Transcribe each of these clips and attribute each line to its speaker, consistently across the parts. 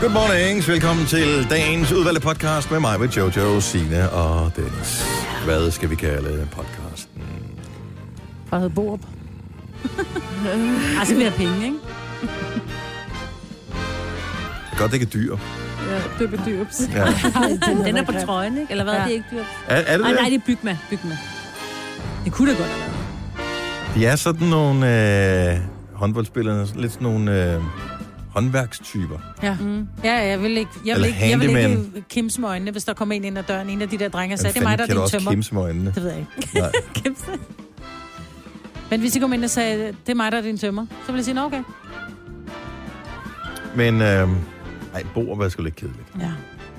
Speaker 1: Good morning. Velkommen til dagens udvalgte podcast med mig, med Jojo, Sine og Dennis. Hvad skal vi kalde podcasten?
Speaker 2: Bare hedder Borup. altså, vi har penge, ikke?
Speaker 1: Godt, det ikke er dyr.
Speaker 3: Ja, Døbe Dyrbs.
Speaker 1: Ja.
Speaker 2: Den er på trøjen, ikke? Eller hvad?
Speaker 3: Ja.
Speaker 2: Ja. Det er ikke dyrt.
Speaker 1: Er, er det
Speaker 2: Ej, nej,
Speaker 1: det?
Speaker 2: det er Bygma. Bygma. Det kunne da godt have været.
Speaker 1: De er sådan nogle øh, håndboldspillere, lidt sådan nogle øh, håndværkstyper.
Speaker 3: Ja.
Speaker 2: Mm.
Speaker 3: ja, jeg vil ikke, jeg vil
Speaker 1: Eller
Speaker 3: ikke, jeg vil ikke
Speaker 1: handyman.
Speaker 3: kimse med øjnene, hvis der kommer en ind ad døren. En af de der drenge
Speaker 1: Men
Speaker 3: og sagde, det er mig, der
Speaker 1: fanden kan
Speaker 3: er din
Speaker 1: du også
Speaker 3: tømmer.
Speaker 1: kimse med øjnene.
Speaker 3: Det ved jeg ikke.
Speaker 1: Nej.
Speaker 2: Kæmpe.
Speaker 3: Men hvis de kom ind og sagde, det er mig, der er din tømmer, så ville jeg sige, "Nå, okay.
Speaker 1: Men øh, ej, bord var sgu lidt kedeligt.
Speaker 3: Ja.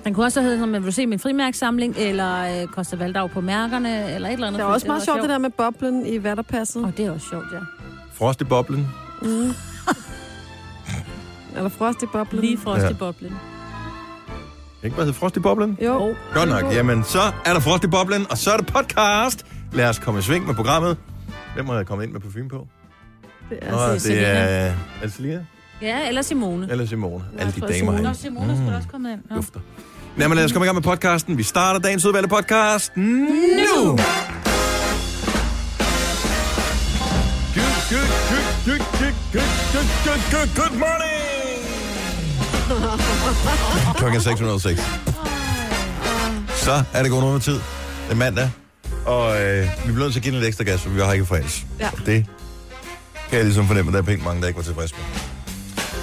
Speaker 2: Den kunne også have heddet, man vil du se min frimærkssamling, eller øh, Costa Valdag på mærkerne, eller et eller andet.
Speaker 4: Det er også meget sjovt, det der med boblen i vatterpasset.
Speaker 2: Åh, oh, det er også sjovt, ja.
Speaker 1: Frost i boblen.
Speaker 4: Mm. Eller frost i boblen.
Speaker 2: Lige frost
Speaker 1: Ja.
Speaker 2: i boblen.
Speaker 1: Ikke hvad hed Frost i boblen?
Speaker 4: Jo.
Speaker 2: Jo.
Speaker 1: Godt nok. Jamen, så er der Frost i boblen, og så er der podcast. Lad os komme i sving med programmet. Hvem har jeg kommet ind med parfume på?
Speaker 4: Det
Speaker 1: Nå,
Speaker 4: er,
Speaker 1: det
Speaker 2: Selina.
Speaker 1: er, er det Selina
Speaker 2: Ja, eller Simone.
Speaker 1: eller Simone.
Speaker 2: Jeg
Speaker 1: Alle de
Speaker 2: tror,
Speaker 1: damer
Speaker 2: Simone.
Speaker 3: Nå,
Speaker 1: herinde
Speaker 3: Simone skulle også komme ind. Nå.
Speaker 1: dufter. Jamen, lad os komme i gang med podcasten. Vi starter dagens udvalgte podcast Mm. nu! Good, good, good, good, good, good, good, good, good, good morning! Klokken er 6.06. Så er det god nummer tid. Det er mandag. Og øh, vi bliver nødt til at give den lidt ekstra gas, for vi var her ikke i fredags.
Speaker 4: Ja.
Speaker 1: Det kan jeg ligesom fornemme, at der er pænt mange, der ikke var tilfredse med.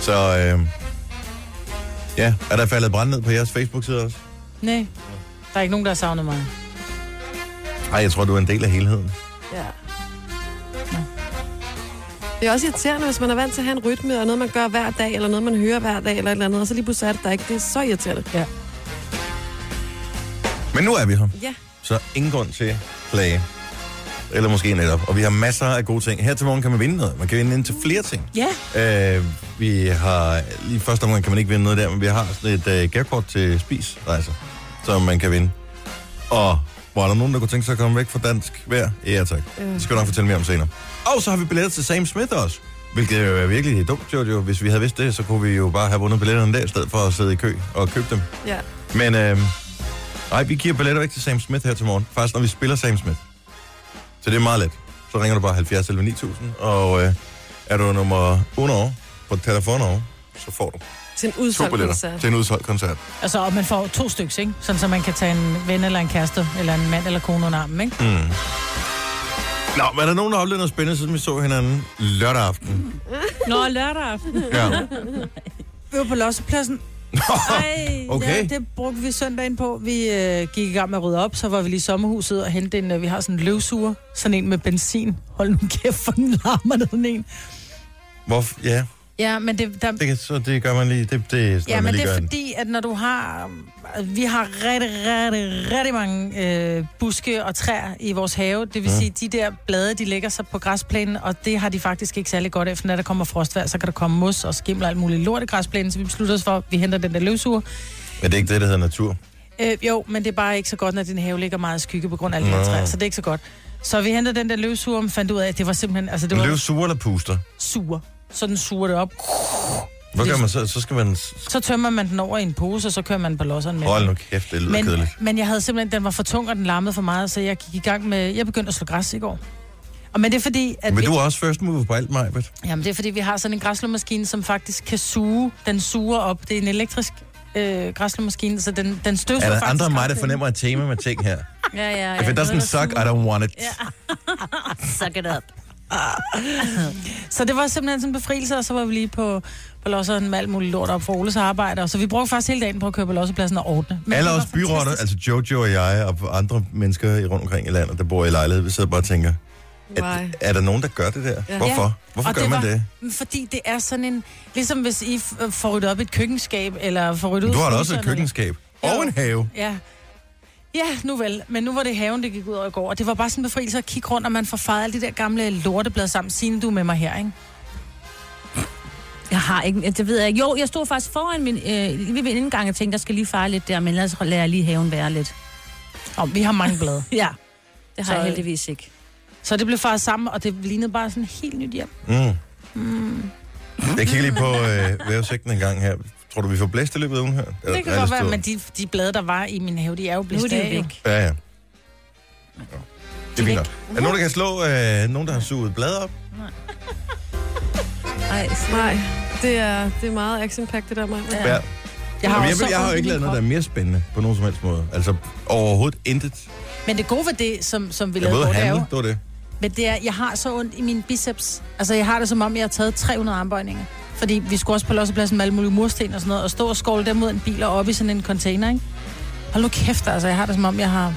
Speaker 1: Så øh, ja, er der faldet brand ned på jeres Facebook-side også?
Speaker 3: Nej, der er ikke nogen, der har savnet mig.
Speaker 1: Nej, jeg tror, du er en del af helheden.
Speaker 4: ja. Det er også irriterende, hvis man er vant til at have en rytme, og noget, man gør hver dag, eller noget, man hører hver dag, eller et eller andet, og så lige pludselig er det der ikke. Det er så irriterende.
Speaker 3: Ja.
Speaker 1: Men nu er vi her,
Speaker 4: Ja.
Speaker 1: så ingen grund til at klage. Eller måske netop. Og vi har masser af gode ting. Her til morgen kan man vinde noget. Man kan vinde ind til flere ting.
Speaker 3: Ja,
Speaker 1: Øh, vi har... Lige i første omgang kan man ikke vinde noget der, men vi har sådan et øh, gavekort til spis, altså, som man kan vinde. Og var der nogen, der kunne tænke sig at komme væk fra dansk vejr? Ja, tak. Det skal du nok fortælle mere om senere. Og så har vi billetter til Sam Smith også. Hvilket jo er virkelig dumt, Jojo. Hvis vi havde vidst det, så kunne vi jo bare have vundet billetterne der, i stedet for at sidde i kø og købe dem.
Speaker 4: ja.
Speaker 1: Men øh, nej, vi giver billetter væk til Sam Smith her til morgen. Faktisk, når vi spiller Sam Smith. Så det er meget let. Så ringer du bare 70 11 9000, og øh, er du nummer 100 år på telefonen, så får du
Speaker 4: Til en
Speaker 1: to
Speaker 4: udsolgt
Speaker 1: billetter
Speaker 4: koncert.
Speaker 1: til en udsolgt koncert.
Speaker 3: altså, og man får to stykker, ikke? Sådan, så man kan tage en ven eller en kæreste, eller en mand eller kone under armen, ikke?
Speaker 1: Mm. Nå, men er der nogen, der har oplevet noget spændende, siden vi så hinanden lørdag aften?
Speaker 2: Nå, lørdag aften.
Speaker 1: Ja.
Speaker 3: Vi var på lossepladsen. Ej,
Speaker 1: Okay.
Speaker 3: okay. ja, det brugte vi søndagen på. Vi øh, gik i gang med at rydde op, så var vi lige i sommerhuset og hentede en, øh, vi har sådan en løvsuger, sådan en med benzin. Hold nu kæft, for den larmer ned den en.
Speaker 1: Hvorfor? Ja,
Speaker 3: Ja, men det, der,
Speaker 1: det, kan, så det gør man lige. Det, det er sådan,
Speaker 3: ja,
Speaker 1: man
Speaker 3: men
Speaker 1: lige
Speaker 3: det er
Speaker 1: gør.
Speaker 3: fordi, at når du har... øh, Vi har rigtig, rigtig, rigtig mange øh, buske og træer i vores have. Det vil ja. sige, de der blade, de lægger sig på græsplænen, og det har de faktisk ikke særlig godt efter. Når der kommer frostvær, så kan der komme mos og skimmel og alt muligt lort i græsplænen, så vi beslutter os for, at vi henter den der løvsuger.
Speaker 1: Men det er ikke det, der hedder natur.
Speaker 3: Øh, jo, men det er bare ikke så godt, når din have ligger meget i skygge på grund af alle de
Speaker 1: Nå.
Speaker 3: her træer, så det er ikke så godt. Så vi hentede den der løvsuger, og fandt ud af, at det var simpelthen, altså det
Speaker 1: Men
Speaker 3: var
Speaker 1: løv suger eller puster?
Speaker 3: sur. Så den suger det op.
Speaker 1: Hvad
Speaker 3: Det-
Speaker 1: gør man så? Så skal man... s-
Speaker 3: Så tømmer man den over i en pose, og så kører man den på losseren med.
Speaker 1: Hold nu kæft, det lyder
Speaker 3: men,
Speaker 1: kedeligt.
Speaker 3: men jeg havde simpelthen, den var for tung, og den larmede for meget, så jeg gik i gang med, jeg begyndte at slå græs i går. Og men det er fordi, at
Speaker 1: Men
Speaker 3: vi,
Speaker 1: du er også first mover på alt, Majbet.
Speaker 3: jamen, det er fordi, vi har sådan en græslåmaskine, som faktisk kan suge, den suger op. Det er en elektrisk øh, græslåmaskine, så den, den støvsuger
Speaker 1: Er der
Speaker 3: faktisk.
Speaker 1: andre end mig, der
Speaker 3: græsplænen.
Speaker 1: fornemmer et tema med ting her?
Speaker 2: Ja, ja, ja.
Speaker 1: If it doesn't suck, I don't want it.
Speaker 2: Suck it up.
Speaker 3: Så det var simpelthen sådan en befrielse, og så var vi lige på, på losseren med alt muligt lort op for Oles arbejde. og Så vi brugte faktisk hele dagen på at køre på lossepladsen og ordne. Men
Speaker 1: Alle
Speaker 3: det var
Speaker 1: os byrotter,
Speaker 3: fantastisk.
Speaker 1: altså Jojo og jeg og andre mennesker i- rundt omkring i landet, der bor i lejlighed, vi sidder bare og tænker,
Speaker 4: Why?
Speaker 1: er, er der nogen, der gør det der?
Speaker 4: Ja.
Speaker 1: Hvorfor? Hvorfor
Speaker 3: Og
Speaker 1: gør man
Speaker 3: var,
Speaker 1: det?
Speaker 3: Fordi det er sådan en... Ligesom hvis I f- får ryddet op i et køkkenskab, eller får ryddet
Speaker 1: Du
Speaker 3: ud
Speaker 1: har da
Speaker 3: i
Speaker 1: også et
Speaker 3: fryseren, eller-
Speaker 1: køkkenskab.
Speaker 3: Ja.
Speaker 1: Og en have.
Speaker 3: Ja. Ja, nu vel. Men nu var det haven, det gik ud over i går. Og det var bare sådan en befrielse at kigge rundt, og man får fejret alle de der gamle lorteblad sammen. Signe, du er med mig her, ikke?
Speaker 2: Jeg har ikke, det ved jeg ikke. Jo, jeg stod faktisk foran min, øh, lige ved indgang og tænkte, jeg skal lige fare lidt der, men ellers lader jeg lige haven være lidt. øh,
Speaker 3: Og vi har mange blade.
Speaker 2: Ja, det har
Speaker 3: Så-
Speaker 2: jeg heldigvis ikke.
Speaker 3: Så det blev fejret sammen, og det lignede bare sådan helt nyt hjem. Mm.
Speaker 1: Mm. Jeg kigger lige på øh, vævesigten en gang her. Tror du, vi får blæst i løbet af ugen her? Eller
Speaker 3: Det kan
Speaker 1: er
Speaker 3: godt være,
Speaker 1: stød?
Speaker 3: men de, de blade, der var i min have, de er jo
Speaker 2: Nu
Speaker 3: blevet
Speaker 2: er det jo
Speaker 3: stadig.
Speaker 2: væk.
Speaker 1: Ja, ja. Nå. Det er
Speaker 2: væk.
Speaker 1: fint nok. Er der nogen, der kan slå øh, nogen, der har suget blade op?
Speaker 2: Ej, så-
Speaker 4: Nej, det er, det er meget action-packed, det der, mig. Ja.
Speaker 1: Ja.
Speaker 3: Jeg har,
Speaker 1: Jamen,
Speaker 3: også
Speaker 1: jeg, jeg har jo
Speaker 3: ondt i
Speaker 1: ikke lavet
Speaker 3: min
Speaker 1: noget, der er mere spændende på nogen som helst måde. Altså overhovedet intet.
Speaker 3: krop. Men det gode ved det, som, som vi
Speaker 1: Jeg
Speaker 3: lavede,
Speaker 1: ved
Speaker 3: hvor
Speaker 1: at
Speaker 3: det er jo,
Speaker 1: handle, det var det.
Speaker 3: men det er, jeg har så ondt i mine biceps. Altså, jeg har det som om, jeg har taget 300 armbøjninger. Fordi vi skulle også på lossepladsen med alle mulige mursten og sådan noget, og stå og skovle dem mod en bil og op i sådan en container, ikke? Hold nu kæft, altså, jeg har det som om, jeg har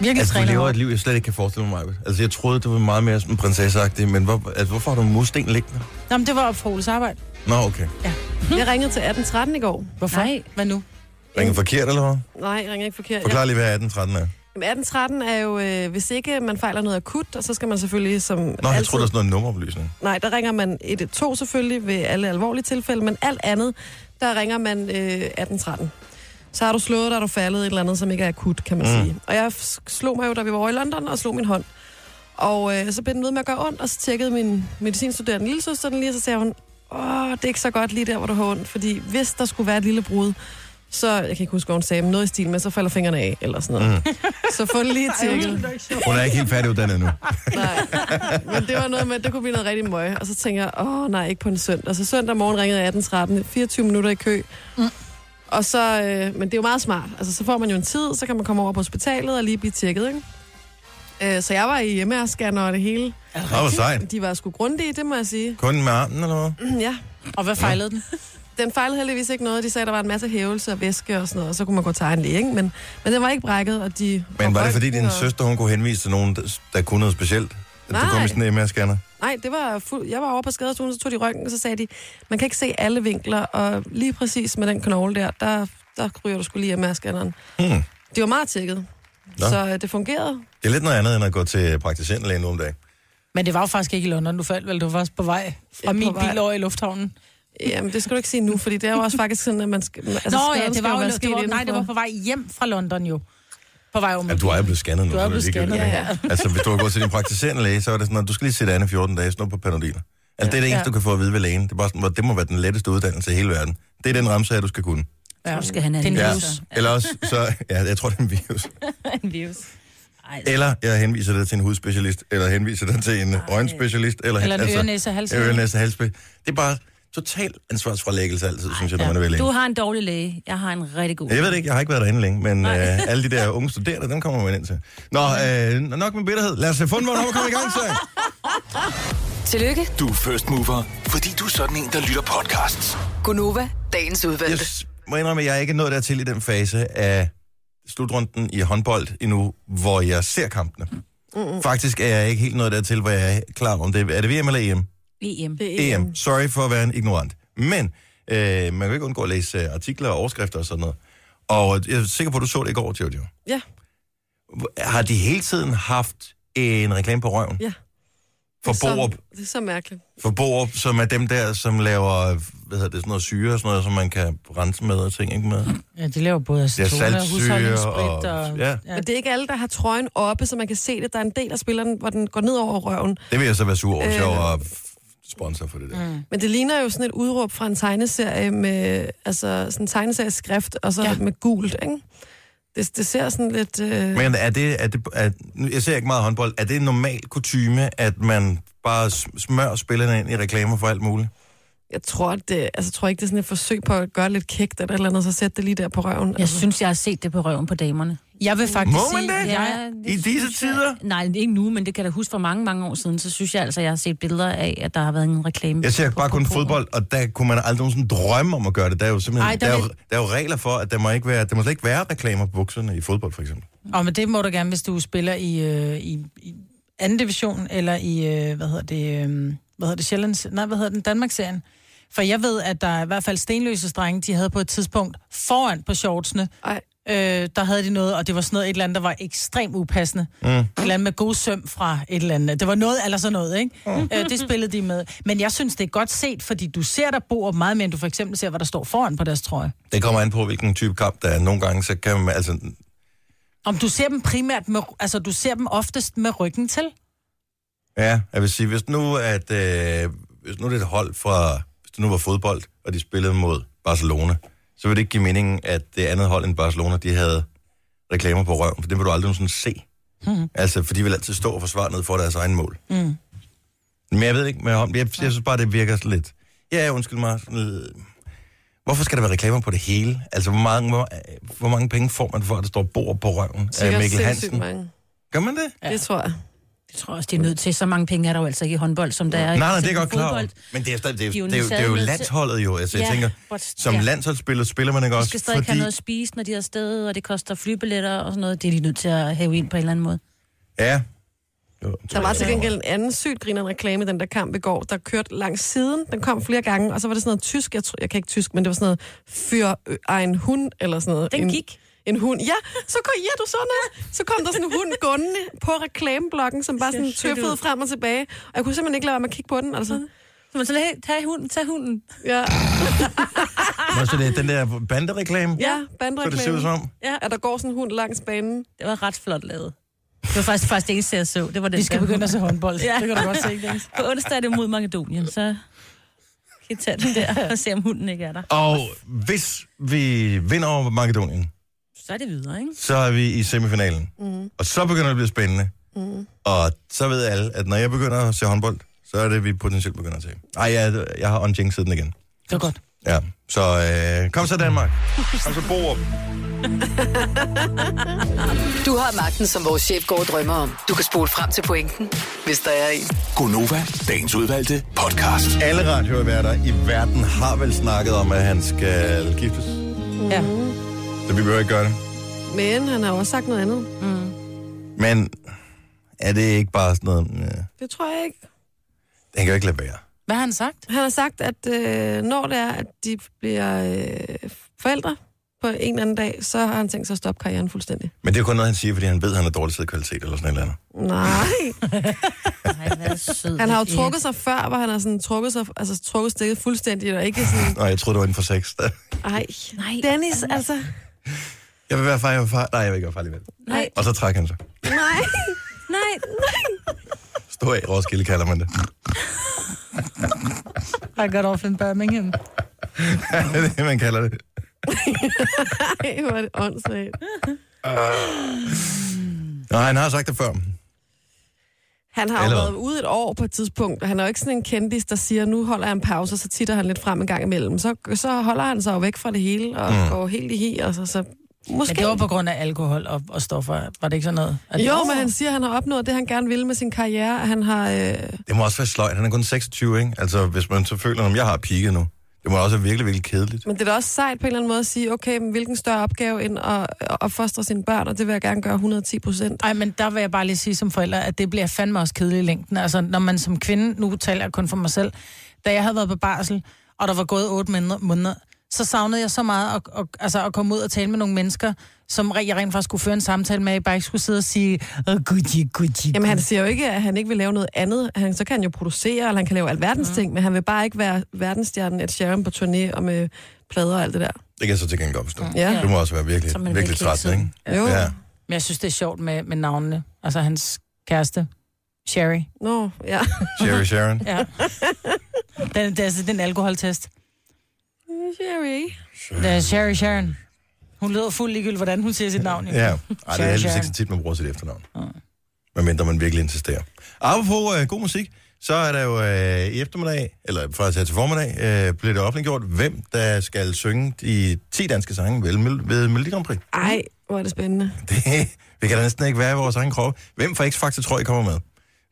Speaker 3: virkelig
Speaker 1: Altså, du
Speaker 3: trænet
Speaker 1: lever
Speaker 3: hårdt.
Speaker 1: et liv, jeg slet ikke kan forestille mig. Maj-Brit. Altså, jeg troede, det var meget mere sådan prinsesseagtigt, men hvor, altså, hvorfor har du mursten liggende?
Speaker 3: Nå, men det var op for Oles arbejde.
Speaker 1: Nå, okay.
Speaker 4: Jeg ringede til 1813 i går.
Speaker 3: Hvorfor?
Speaker 2: Nej.
Speaker 3: Hvad nu?
Speaker 1: Ringer forkert, eller hvad?
Speaker 4: Nej, jeg ringer ikke forkert.
Speaker 1: Forklar lige, hvad 1813 er.
Speaker 4: Jamen, 1813 er jo, øh, hvis ikke man fejler noget akut, og så skal man selvfølgelig som
Speaker 1: Nå, jeg
Speaker 4: altid...
Speaker 1: tror der er sådan noget nummeroplysning.
Speaker 4: Nej, der ringer man 112 selvfølgelig ved alle alvorlige tilfælde, men alt andet, der ringer man øh, 1813. Så har du slået dig, er du faldet et eller andet, som ikke er akut, kan man
Speaker 1: Mm.
Speaker 4: mm. sige. Og jeg f- slog mig jo, da vi var i London, og slog min hånd. Og øh, så blev den ved med at gøre ondt, og så tjekkede min medicinstuderende lille søster den lige, og så sagde hun, åh, det er ikke så godt lige der, hvor du har ondt, fordi hvis der skulle være et lille brud, så, jeg kan ikke huske, hvad hun sagde, men noget i stil med, så falder fingrene af, eller sådan noget. Mm. Så få den lige tjekket.
Speaker 1: Hun er ikke helt færdiguddannet nu.
Speaker 4: Nej, men det var noget med, at det kunne blive noget rigtig møg. Og så tænker jeg, åh nej, ikke på en søndag. Og så søndag morgen ringede jeg 18.13, 24 minutter i kø.
Speaker 3: Mm.
Speaker 4: Og så, øh, men det er jo meget smart. Altså, så får man jo en tid, så kan man komme over på hospitalet og lige blive tjekket, ikke? Øh, så jeg var i hjemmeskanner og det hele.
Speaker 1: Nå, hvor sejt.
Speaker 4: De var sgu grundige, det må jeg sige.
Speaker 1: Kun med armen, eller hvad?
Speaker 4: ja,
Speaker 3: Og hvad fejlede den?
Speaker 4: den fejlede heldigvis ikke noget. De sagde, at der var en masse hævelse og væske og sådan noget, og så kunne man gå til egen læge, ikke? Men, men den var ikke brækket, og de...
Speaker 1: Men
Speaker 4: og
Speaker 1: var det, fordi
Speaker 4: røntgen
Speaker 1: din
Speaker 4: og-
Speaker 1: søster, hun kunne henvise til nogen, der, der kunne noget specielt? At du
Speaker 4: Nej.
Speaker 1: kom i sådan en MR-scanner?
Speaker 4: Nej, det var fuld. Jeg var over på skadestuen, så tog de røntgen, og så sagde de, man kan ikke se alle vinkler, og lige præcis med den knogle der, der, der ryger du skulle lige af maskanderen.
Speaker 1: Hmm.
Speaker 4: Det var meget tjekket.
Speaker 1: Nå.
Speaker 4: Så øh, det fungerede.
Speaker 1: Det er lidt noget andet, end at gå til praktiserende læge nu om dagen.
Speaker 3: Men det var jo faktisk ikke i London, du faldt vel? Du var faktisk på vej Altså,
Speaker 4: Ja,
Speaker 3: fra
Speaker 4: på
Speaker 3: min
Speaker 4: vej.
Speaker 3: bil over i lufthavnen.
Speaker 4: Jamen, det skal du ikke sige nu, fordi det er jo også faktisk sådan, at man skal... Altså,
Speaker 3: Nå
Speaker 4: skaden
Speaker 3: ja, det
Speaker 4: skal
Speaker 3: var jo,
Speaker 4: være
Speaker 3: det
Speaker 4: sket
Speaker 3: var, nej, det var på
Speaker 4: indenfor.
Speaker 3: vej hjem fra London jo. På vej om.
Speaker 1: Ja, du er jo blevet scannet nu.
Speaker 3: Du er
Speaker 1: så
Speaker 3: blevet
Speaker 1: ligegyldigt,
Speaker 3: scannet,
Speaker 1: ikke? Altså, hvis du har gået til din praktiserende læge, så er det sådan, at du skal lige sætte an i 14 dage, snå på panodiler. Altså, det er det eneste,
Speaker 3: Ja.
Speaker 1: du kan få at vide ved lægen. Det, er bare sådan, hvor det må være den letteste uddannelse i hele verden. Det er den ramse her, du skal kunne.
Speaker 3: Ja.
Speaker 2: Nu skal han have
Speaker 3: Det
Speaker 2: en
Speaker 3: er en
Speaker 1: Ja.
Speaker 2: virus.
Speaker 1: Eller også, så, ja, jeg tror, det er en virus.
Speaker 2: En virus. Ej,
Speaker 1: Eller jeg henviser dig til en hudspecialist, eller henviser dig til en øjenspecialist, eller,
Speaker 3: Eller en ørenæse og halslæge.
Speaker 1: ørenæse halsspecialist. Det er bare total ansvarsfralæggelse altid, synes jeg, når man er ved lægen.
Speaker 2: Du har en dårlig læge. Jeg har en rigtig god.
Speaker 1: Jeg ved det ikke, jeg har ikke været derinde længe, men øh, alle de der unge studerende, dem kommer man ind til. Nå, øh, nok med bitterhed. Lad os have fundet, hvornår vi kommer i gang, så.
Speaker 5: Tillykke,
Speaker 6: Du er first mover, fordi du er sådan en, der lytter podcasts.
Speaker 5: Gunova, dagens udvalgte.
Speaker 1: Jeg s- må indrømme, at jeg er ikke nået dertil i den fase af slutrunden i håndbold endnu, hvor jeg ser kampene. Mm-mm. Faktisk er jeg ikke helt nået dertil, hvor jeg er klar om det. Er det VM eller EM?
Speaker 2: EM.
Speaker 4: Det er E
Speaker 1: EM. Sorry for at være en ignorant. Men øh, man kan jo ikke undgå at læse øh, artikler og overskrifter og sådan noget. Og jeg er sikker på, at du så det i går, Jojo.
Speaker 4: Ja.
Speaker 1: Har de hele tiden haft en reklame på røven?
Speaker 4: Ja.
Speaker 1: For
Speaker 4: så-
Speaker 1: Borup,
Speaker 4: Det er så mærkeligt.
Speaker 1: for Borup, som er dem der, som laver hvad hedder det, sådan noget syre og sådan noget, som man kan rense med og ting, ikke med?
Speaker 3: Ja, de laver både
Speaker 1: Ja,
Speaker 3: acetone og
Speaker 1: saltsyre og...
Speaker 3: husholdningssprit. Og...
Speaker 1: Ja,
Speaker 3: Ja.
Speaker 4: Men det er ikke alle, der har trøjen oppe, så man kan se det. Der er en del af spilleren, hvor den går ned over røven.
Speaker 1: det vil jeg så være sur over, hvis jeg
Speaker 4: Øh.
Speaker 1: var f- sponsor for det der. Mm.
Speaker 4: Men det ligner jo sådan et udråb fra en tegneserie med, altså sådan en tegneserieskrift, og så
Speaker 3: Ja.
Speaker 4: ja. med gult, ikke? Det, det ser sådan lidt... Øh... Men...
Speaker 1: Men er det, er det er, nu- jeg ser ikke meget håndbold, er det en normal kutyme, at man bare sm- smører spillerne ind i reklamer for alt muligt?
Speaker 4: Jeg tror, at det, altså, jeg tror ikke, det er sådan et forsøg på at gøre lidt kægt eller et eller andet, så sætte det lige der på røven.
Speaker 2: Jeg
Speaker 4: altså.
Speaker 2: synes, jeg har set det på røven på damerne.
Speaker 3: Jeg vil faktisk
Speaker 1: Må man
Speaker 3: sige,
Speaker 1: det?
Speaker 3: jeg,
Speaker 2: det
Speaker 1: I disse
Speaker 2: synes jeg-
Speaker 1: tider?
Speaker 2: Nej, ikke nu, men det kan jeg da huske for mange, mange år siden. Så synes jeg altså, jeg har set billeder af, at der har været en reklame.
Speaker 1: Jeg ser
Speaker 2: på-
Speaker 1: bare
Speaker 2: på
Speaker 1: kun
Speaker 2: krogen.
Speaker 1: fodbold, og der kunne man aldrig nogensinde drømme om at gøre det. Der er jo simpelthen
Speaker 3: Ej,
Speaker 1: der
Speaker 3: der
Speaker 1: er jo,
Speaker 3: vil-
Speaker 1: der er jo regler for, at der må, ikke være, der må slet ikke være reklamer på bukserne i fodbold, for eksempel.
Speaker 3: og men det må du gerne, hvis du spiller i, øh, i, i anden division, eller i, øh, hvad hedder det, øh, hvad hedder det, Sjællands, nej, hvad hedder den, Danmarksserien. For jeg ved, at der er i hvert fald stenløse strenge, de havde på et tidspunkt foran på shortsene,
Speaker 4: Ej,
Speaker 3: øh, der havde de noget, og det var sådan noget, et eller andet, der var ekstremt upassende. Mm. Et eller andet med god søm fra et eller andet. Det var noget eller sådan noget, ikke? Mm. Øh, det spillede de med. Men jeg synes, det er godt set, fordi du ser der bo op meget mere, end du for eksempel ser, hvad der står foran på deres trøje.
Speaker 1: Det kommer an på, hvilken type kamp der er. Nogle gange, så kan man, altså,
Speaker 3: Om du ser dem primært med, altså du ser dem oftest med ryggen til.
Speaker 1: Ja, jeg vil sige, hvis nu, at, øh, hvis nu det er et hold fra, hvis det nu var fodbold, og de spillede mod Barcelona, så ville det ikke give mening, at det andet hold end Barcelona, de havde reklamer på røven, for det vil du aldrig sådan se.
Speaker 4: Mhm.
Speaker 1: Mm. Altså, for de vil altid stå og forsvare ned for deres egen mål. Mm. Men jeg ved ikke med om, jeg, jeg synes bare, det virker sådan lidt. Ja, undskyld mig. Sådan, lidt- øh, Hvorfor skal der være reklamer på det hele? Altså, hvor mange, hvor, hvor mange penge får man for, at der står bord på røven af
Speaker 4: Sikkert
Speaker 1: Mikkel
Speaker 4: sindssygt
Speaker 1: Hansen?
Speaker 4: mange.
Speaker 1: Gør man det?
Speaker 4: Ja. Det tror jeg.
Speaker 2: Jeg tror også, de er nødt til. Så mange penge er der jo altså ikke i håndbold, som der er
Speaker 1: Nej,
Speaker 2: i
Speaker 1: nej,
Speaker 2: for
Speaker 1: det er jeg godt
Speaker 2: eksempel
Speaker 1: klar over.
Speaker 2: fodbold.
Speaker 1: Men det er, stadig, det, er,
Speaker 2: De er jo
Speaker 1: det, er, jo- det er jo
Speaker 2: stadig nødt til-
Speaker 1: landsholdet jo. Altså, jeg
Speaker 2: Ja,
Speaker 1: tænker,
Speaker 2: but-
Speaker 1: som
Speaker 2: ja.
Speaker 1: landsholdsspiller spiller man ikke
Speaker 2: De
Speaker 1: også,
Speaker 2: skal stadig fordi... have noget at spise, når de er afsted, og det koster flybilletter og sådan noget. Det er de nødt til at have ind på en eller anden måde.
Speaker 1: Ja.
Speaker 4: Der var til gengæld en anden sygt grinerende reklame, i den der kamp i går, der kørte langs siden. Den kom flere gange, og så var det sådan noget tysk. Jeg, tror, jeg kan ikke tysk, men det var sådan noget fyr ø, en hund, eller sådan noget.
Speaker 2: Den
Speaker 4: en,
Speaker 2: gik.
Speaker 4: En hund. Ja, så kom, ja, du så noget. Så kom der sådan en hund gående på reklameblokken, som bare sådan
Speaker 2: Det ser fedt
Speaker 4: tøffede
Speaker 2: ud.
Speaker 4: frem og tilbage. Og jeg kunne simpelthen ikke lade være med at kigge på den. Altså.
Speaker 2: Så man så hey, tag hunden, tag hunden.
Speaker 4: Ja,
Speaker 1: Nå, så det er den der bandereklame?
Speaker 4: ja
Speaker 1: Så det
Speaker 4: bandreklame.
Speaker 1: ser ud som?
Speaker 4: Ja, at der går sådan en hund langs banen.
Speaker 2: Det var ret flot lavet. Det var faktisk, faktisk det eneste, jeg så. Det var den
Speaker 3: Vi skal
Speaker 2: der.
Speaker 3: begynde at se håndbold.
Speaker 2: Ja.
Speaker 3: ja. Det kan du godt se, Dennis.
Speaker 2: På onsdag er det mod Makedonien, så kan I tage den der og se, om hunden ikke er der.
Speaker 1: Og hvis vi vinder over Makedonien,
Speaker 2: Så er det videre, ikke?
Speaker 1: så er vi i semifinalen.
Speaker 2: Mhm.
Speaker 1: Mm. Og så begynder det at blive spændende. Mm. Og så ved alle, at når jeg begynder at se håndbold, så er det, vi potentielt begynder at se. Ej, jeg, jeg har unjinxet den igen.
Speaker 3: Det er godt.
Speaker 1: Ja, så øh, kom så Danmark. Kom så Borup.
Speaker 5: Du har magten, som vores chef går og drømmer om. Du kan spole frem til pointen, hvis der er en.
Speaker 6: Gonova, dagens udvalgte podcast.
Speaker 1: Alle radioværter i verden har vel snakket om, at han skal giftes.
Speaker 3: Ja.
Speaker 1: Så vi behøver ikke gøre det.
Speaker 4: Men han har også sagt noget andet.
Speaker 1: Men er det ikke bare sådan noget... Ja,
Speaker 4: Det tror jeg ikke.
Speaker 1: han kan jo ikke lade være.
Speaker 3: Hvad har han sagt?
Speaker 4: Han har sagt, at øh, når det er, at de bliver øh, forældre på en eller anden dag, så har han tænkt sig at stoppe karrieren fuldstændig.
Speaker 1: Men det er jo kun noget, han siger, fordi han ved, at han har dårlig sædkvalitet eller sådan et eller andet.
Speaker 4: Nej.
Speaker 2: Ej, hvad sød.
Speaker 4: Han har jo trukket sig før, hvor han har sådan trukket, sig, altså, trukket stikket fuldstændigt, og ikke sådan,
Speaker 1: Nå, jeg troede, det var inden for sex.
Speaker 4: ej.
Speaker 2: Nej,
Speaker 4: Dennis, altså.
Speaker 1: Jeg vil være far, jeg vil være far. Nej, jeg vil ikke være far alligevel.
Speaker 2: nej,
Speaker 1: Og så trækker han sig.
Speaker 4: Nej.
Speaker 2: nej.
Speaker 1: Stå af, Roskilde kalder man det.
Speaker 3: I got off in Birmingham.
Speaker 1: det er det, man kalder det.
Speaker 4: Ej, hvor er det åndssvagt.
Speaker 1: Nå, han har sagt det før.
Speaker 4: Han har jo
Speaker 1: Eller hvad?
Speaker 4: været ude et år på et tidspunkt, og han er jo ikke sådan en kendis, der siger, nu holder jeg en pause, og så titter han lidt frem en gang imellem. Så, så holder han sig jo væk fra det hele, og mm. går helt i hi, og så, så
Speaker 3: Men
Speaker 4: måske...
Speaker 3: det var på grund af alkohol og, og stoffer. Var det ikke sådan noget? At
Speaker 4: Jo, men han siger, at han har opnået det, han gerne ville med sin karriere. at Han har... Øh...
Speaker 1: Det må også være sløjt. Han er kun 26, ikke? Altså, hvis man så føler, at jeg har piget nu. Det må også være virkelig, virkelig kedeligt.
Speaker 4: Men det er da også sejt på en eller anden måde at sige, okay, men hvilken større opgave end at, at fostre sine børn, og det vil jeg gerne gøre 110 procent.
Speaker 3: Ej, men der vil jeg bare lige sige som forælder, at det bliver fandme også kedeligt i længden. Altså, når man som kvinde, nu taler jeg kun for mig selv, da jeg havde været på barsel, og der var gået otte måneder- måneder, så savnede jeg så meget at, at, altså at komme ud og tale med nogle mennesker, som re- jeg rent faktisk skulle føre en samtale med, jeg bare ikke skulle sidde og sige, oh, Gucci, Gucci,
Speaker 4: Jamen, han siger jo ikke, at han ikke vil lave noget andet. Han, så kan han jo producere, eller han kan lave alverdens mm. ting, men han vil bare ikke være verdensstjernen et Sharon på turné og med plader og alt det der.
Speaker 1: Det kan jeg så til gengæld godt forstå.
Speaker 4: Ja.
Speaker 1: Det må også være virkelig,
Speaker 2: Så man
Speaker 1: virkelig
Speaker 2: vil hele
Speaker 1: træt,
Speaker 2: tiden.
Speaker 1: ikke?
Speaker 4: Jo.
Speaker 1: Ja.
Speaker 3: Men jeg synes, det er sjovt med, med navnene. Altså hans kæreste, Sherry.
Speaker 4: Nå, ja.
Speaker 1: Sherry Sharon.
Speaker 3: Ja. den, det er altså den alkoholtest.
Speaker 4: Jerry.
Speaker 3: Det er Sherry Sharon. Hun lyder fuld ligegyldigt, hvordan hun siger sit navn. jo.
Speaker 1: Ja. Ej, det er
Speaker 3: Sharon,
Speaker 1: heldigvis
Speaker 3: Sharon.
Speaker 1: ikke så tit, man bruger sit efternavn. Hvad mindre man virkelig insisterer. Apropos øh, god musik, så er der jo øh, i eftermiddag, eller faktisk her til formiddag, øh, bliver det offentliggjort, hvem der skal synge de 10 danske sange ved, Mel- ved Melodi Grand Prix.
Speaker 4: Ej, hvor er det spændende.
Speaker 1: Det, vi kan da næsten ikke være i vores egen krop. Hvem fra X-Factor tror I kommer med?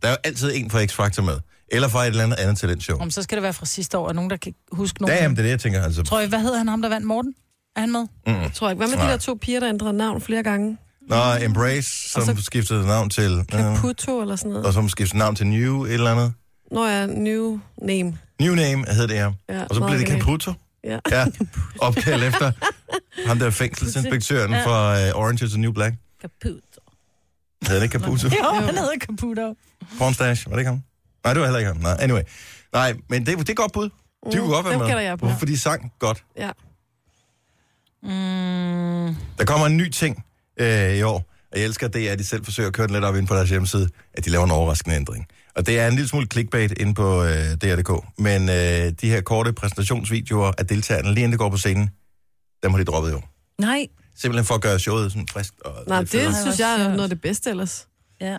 Speaker 1: Der er jo altid en fra X-Factor med. Eller fra et eller andet andet talentshow.
Speaker 3: Om så skal det være fra sidste år, og nogen, der kan huske nogen.
Speaker 1: Ja, jamen, det er det, jeg tænker. Altså,
Speaker 3: Tror I, hvad hedder han ham, der vandt Morten? Er han med?
Speaker 4: Jeg tror ikke, hvad med de
Speaker 1: Nej.
Speaker 4: der to piger, der ændrede navn flere gange?
Speaker 1: Nå, Embrace, som
Speaker 4: Og så-
Speaker 1: skiftede navn til... Øh,
Speaker 4: Caputo eller sådan noget.
Speaker 1: og som skiftede navn til New et eller andet.
Speaker 4: Nå ja, new name.
Speaker 1: New Name hed det her.
Speaker 4: Ja,
Speaker 1: og så blev
Speaker 4: meget
Speaker 1: det
Speaker 4: originalt.
Speaker 1: Caputo.
Speaker 4: Ja.
Speaker 1: Ja, opkaldt efter ham der fængselsinspektøren fra uh, Orange is the New Black.
Speaker 2: Kaput.
Speaker 1: Havde han ikke Caputo?
Speaker 3: Jo, han hedder Caputo.
Speaker 1: Pornstash, var det ikke ham? Nej, det var heller ikke ham. Nej, anyway. Nej, men det, det er et godt bud. De kunne godt være
Speaker 4: dem
Speaker 1: med.
Speaker 4: gætter Mm, jeg på.
Speaker 1: Hvorfor? Fordi de sang godt.
Speaker 4: Ja.
Speaker 3: Mm,
Speaker 2: Mm,
Speaker 1: Der kommer en ny ting øh, i år, Og jeg elsker, at det er, at de selv forsøger at køre den lidt op ind på deres hjemmeside, at de laver en overraskende ændring. Og det er en lille smule clickbait inde på øh, DR.dk, men øh, de her korte præsentationsvideoer af deltagerne, lige inden det går på scenen, dem har de droppet i år.
Speaker 2: Nej.
Speaker 1: Simpelthen for at gøre showet sådan frisk og
Speaker 4: Nej,
Speaker 1: lidt
Speaker 4: det
Speaker 1: federe.
Speaker 4: synes
Speaker 2: hvor
Speaker 4: jeg er
Speaker 2: sjovt.
Speaker 4: noget af det bedste ellers.
Speaker 2: Ja.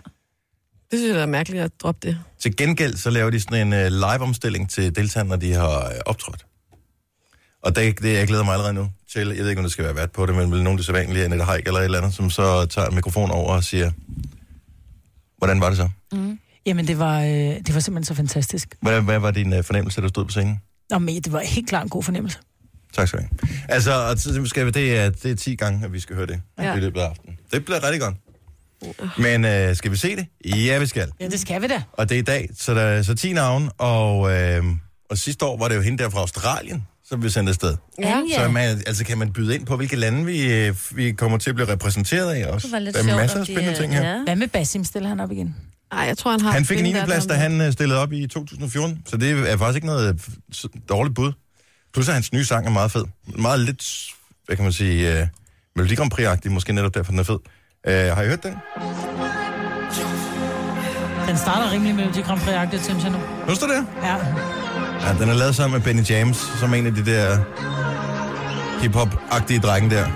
Speaker 4: Det synes jeg der er mærkeligt at droppe det.
Speaker 1: Til gengæld så laver de sådan en øh, live-omstilling til deltagerne, når de har øh, optrådt. Og det, det, jeg glæder mig allerede nu til, jeg ved ikke, om det skal være vært på det, men vil nogen det så vanlige, Annette Haik eller et eller andet, som så tager en mikrofon over og siger, hvordan var det så?
Speaker 3: Jamen, det var, øh, det var simpelthen så fantastisk.
Speaker 1: Hvad, hvad var din øh, fornemmelse, da du stod på scenen?
Speaker 3: Nå, men det var helt klart en god fornemmelse.
Speaker 1: Tak skal du have. Altså, og så skal vi, det, er, det er 10 gange, at vi skal høre det ja.
Speaker 4: Ja.
Speaker 1: i løbet af aftenen. Det bliver rigtig godt. Men øh, skal vi se det? Ja, vi skal.
Speaker 3: Ja, det skal vi da.
Speaker 1: Og det er i dag, så der er så 10 navne, og, øh, og sidste år var det jo hende der fra Australien, som vi sendte afsted.
Speaker 2: Ja.
Speaker 1: Ja. Så man, altså, kan man byde ind på, hvilke lande vi, øh, vi kommer til at blive repræsenteret af også.
Speaker 2: Det var lidt
Speaker 1: der er
Speaker 2: sjovt,
Speaker 1: masser
Speaker 2: om
Speaker 1: af
Speaker 2: de,
Speaker 1: spændende
Speaker 2: øh,
Speaker 1: ting her.
Speaker 2: Ja.
Speaker 3: Hvad med Basim? Stiller han op igen?
Speaker 4: Nej, jeg tror, han har...
Speaker 1: Han fik en
Speaker 4: spillet
Speaker 1: 9. plads, da
Speaker 4: verden om
Speaker 1: han øh, stillede op i 2014, så det er faktisk ikke noget øh, s- dårligt bud. Plus at hans nye sang er meget fed. Meget lidt, hvad kan man sige, øh, Melodi Grand Prix-agtig, måske netop derfor den er fed. Øh, har I hørt den?
Speaker 3: Den starter rimelig med de Grand Prix-agtige, synes jeg nu.
Speaker 1: Hører du det?
Speaker 3: Ja.
Speaker 1: Ja, den er lavet sammen med Benny James, som er en af de der hip-hop-agtige drenge der.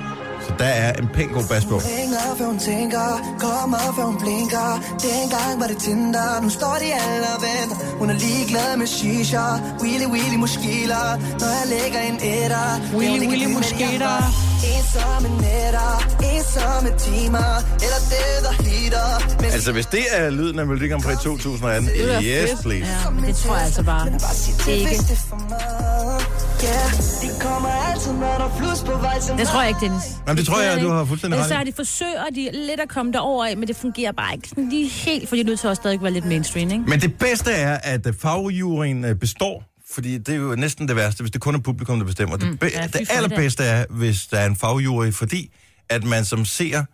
Speaker 1: Så der er en pæn god bas på.
Speaker 7: ringer, før hun tænker Kommer, før hun blinker Dengang var det Tinder Nu står de alle og venter Hun er ligeglad med shisha Willy, Willy, muskiler Når jeg lægger en etter
Speaker 3: Willy,
Speaker 7: Det kan
Speaker 3: Willy,
Speaker 7: blive med
Speaker 3: muskiter.
Speaker 7: de andre. Ensomme nætter Ensomme timer Eller det, der hitter Men
Speaker 1: Altså, hvis det er lyden af Melodi Grand Prix 2018,
Speaker 4: Det er
Speaker 1: yes,
Speaker 4: fedt.
Speaker 1: please.
Speaker 2: ja, men det tror jeg altså bare. Ikke.
Speaker 7: De kommer altid, når der er flus på vej til
Speaker 2: Det tror jeg ikke, Dennis.
Speaker 1: Jamen, det tror jeg,
Speaker 2: Det
Speaker 1: du
Speaker 2: ikke.
Speaker 1: har fuldstændig
Speaker 2: Ellers
Speaker 1: ret i.
Speaker 2: er de forsøger de lidt at komme derover af, men det fungerer bare ikke sådan lige helt, fordi de er nødt til at stadig være lidt mainstream, ikke?
Speaker 1: Men det bedste er, at øh, fagjuryen øh, består, fordi det er jo næsten det værste, hvis det kun er publikum, der bestemmer. Mm, det, be-
Speaker 2: ja, fy
Speaker 1: det
Speaker 2: for
Speaker 1: allerbedste er, hvis der er en fagjury, fordi at man som ser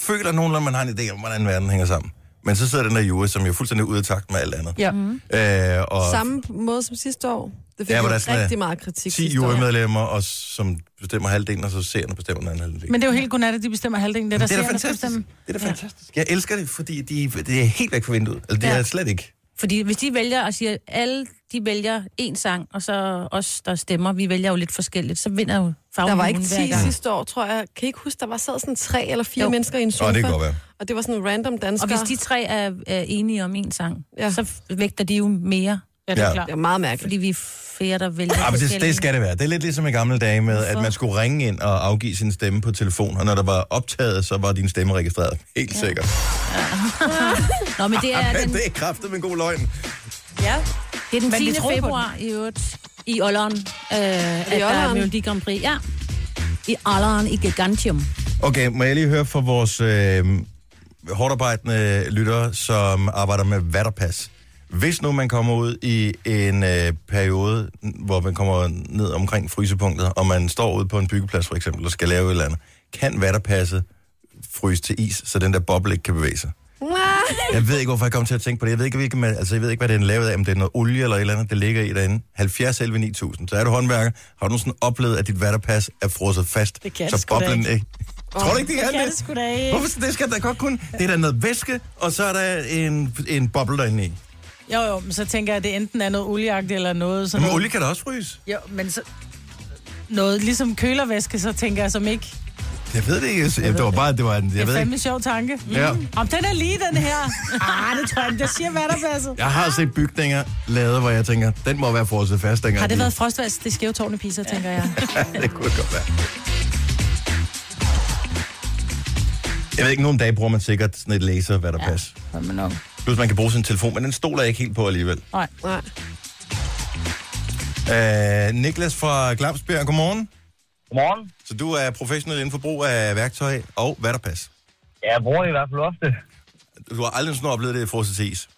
Speaker 1: føler nogenlunde, man har en idé om, hvordan verden hænger sammen. Men så sidder den der jury, som jo er fuldstændig ude af takt med alt andet.
Speaker 3: Ja.
Speaker 1: Øh, og
Speaker 4: Samme måde som sidste år. Det fik
Speaker 1: Ja,
Speaker 4: ja,
Speaker 1: hvor der er
Speaker 4: jo
Speaker 1: sådan,
Speaker 4: rigtig
Speaker 1: øh,
Speaker 4: meget kritik
Speaker 1: 10
Speaker 4: sidste år.
Speaker 1: jurymedlemmer, og som bestemmer halvdelen, og så seerne bestemmer den anden halvdel.
Speaker 3: Men det er jo helt godnat, at de bestemmer halvdelen. Det, der
Speaker 1: det er da
Speaker 3: ser, der skal
Speaker 1: fantastisk.
Speaker 3: bestemme.
Speaker 1: Det er da fantastisk. Jeg elsker det, fordi de, det er helt væk fra vinduet. Altså, det
Speaker 2: Ja.
Speaker 1: er slet ikke.
Speaker 2: Fordi hvis de vælger og siger, at alle de vælger én sang, og så os, der stemmer, vi vælger jo lidt forskelligt, så vinder jo farven
Speaker 4: Der var ikke 10 sidste år, tror jeg. Kan I ikke huske, der var sad sådan tre eller fire
Speaker 2: Jo.
Speaker 4: jo. mennesker i en sofa?
Speaker 1: det kan godt være.
Speaker 4: Og det var sådan random
Speaker 2: Og
Speaker 4: danskere.
Speaker 2: hvis de tre er, er enige om én sang, ja.
Speaker 4: Ja.
Speaker 2: så vægter de jo mere,
Speaker 3: Ja, det er
Speaker 1: Ja.
Speaker 3: klart.
Speaker 4: Det er meget mærkeligt.
Speaker 2: fordi vi er flere, der vælger
Speaker 1: Ja, Ah, men det,
Speaker 2: forskellige.
Speaker 1: det skal det være. Det er lidt ligesom i gamle dage med, at man skulle ringe ind og afgive sin stemme på telefon, og når der var optaget, så var din stemme registreret. Helt ja. sikkert.
Speaker 2: Nå, men det er
Speaker 1: Ja,
Speaker 2: den,
Speaker 1: det er kraftet med god løgn.
Speaker 2: det er den
Speaker 3: Men vi
Speaker 2: 10.
Speaker 3: tror på den.
Speaker 2: februar i øvrigt i Olleren, øh, at der er
Speaker 4: Olleren?
Speaker 2: Melodi Grand Prix. Ja, i Olleren i Gigantium.
Speaker 1: Okay, må jeg lige høre fra vores øh, hårdarbejdende lyttere, som arbejder med vatterpas. Hvis nu man kommer ud i en øh, periode, hvor man kommer ned omkring frysepunktet, og man står ude på en byggeplads for eksempel, og skal lave et eller andet, kan vatterpasset fryse til is, så den der boble ikke kan bevæge sig? Jeg ved ikke, hvorfor jeg kom til at tænke på det. Jeg ved ikke, hvilken, altså, jeg ved ikke hvad den er lavet af, om det er noget olie eller et eller andet, det ligger i derinde. 70 11 9000. Så er du håndværker, har du nogensinde oplevet, at dit vatterpas er frosset fast,
Speaker 3: Det kan det
Speaker 1: så
Speaker 3: sgu da
Speaker 1: boblen
Speaker 3: ikke.
Speaker 1: ikke... Tror du ikke, det kan
Speaker 3: kan det sgu da ikke.
Speaker 1: Hvorfor det skal der godt kun? Det er der noget væske, og så er der en, en boble derinde i.
Speaker 3: Jo, jo, men så tænker jeg, at det enten er noget olieagtigt eller noget sådan
Speaker 1: Men
Speaker 3: noget.
Speaker 1: olie kan da også fryse.
Speaker 3: Jo, men så... Noget ligesom kølervæske, så tænker jeg som ikke.
Speaker 1: Jeg ved det ikke. Jeg, det var bare, det var en, jeg
Speaker 3: Det er
Speaker 1: ved
Speaker 3: fandme
Speaker 1: ikke.
Speaker 3: en sjov tanke. Mm.
Speaker 1: Ja.
Speaker 3: Om den er lige, den her. Ah, det tror jeg ikke. Jeg siger, hvad der passer.
Speaker 1: Jeg har set bygninger lavet, hvor jeg tænker, den må være frosset fast dengang.
Speaker 3: Har det
Speaker 1: de-
Speaker 3: været frostvask? Det er skæve tårne piser, tænker jeg.
Speaker 1: det kunne det godt være. Jeg ved ikke, nogle dage bruger man sikkert sådan et laser, hvad der ja. passer.
Speaker 3: Jamen nok.
Speaker 1: Plus man kan bruge sin telefon, men den stoler jeg ikke helt på alligevel.
Speaker 3: Nej.
Speaker 4: Nej.
Speaker 1: Øh, Niklas fra Glamsbjerg, godmorgen.
Speaker 8: Godmorgen.
Speaker 1: Så du er professionel inden for brug af værktøj og hvad der passer.
Speaker 8: Ja, jeg bruger det i hvert fald ofte.
Speaker 1: Du har aldrig sådan oplevet det i frosset til is.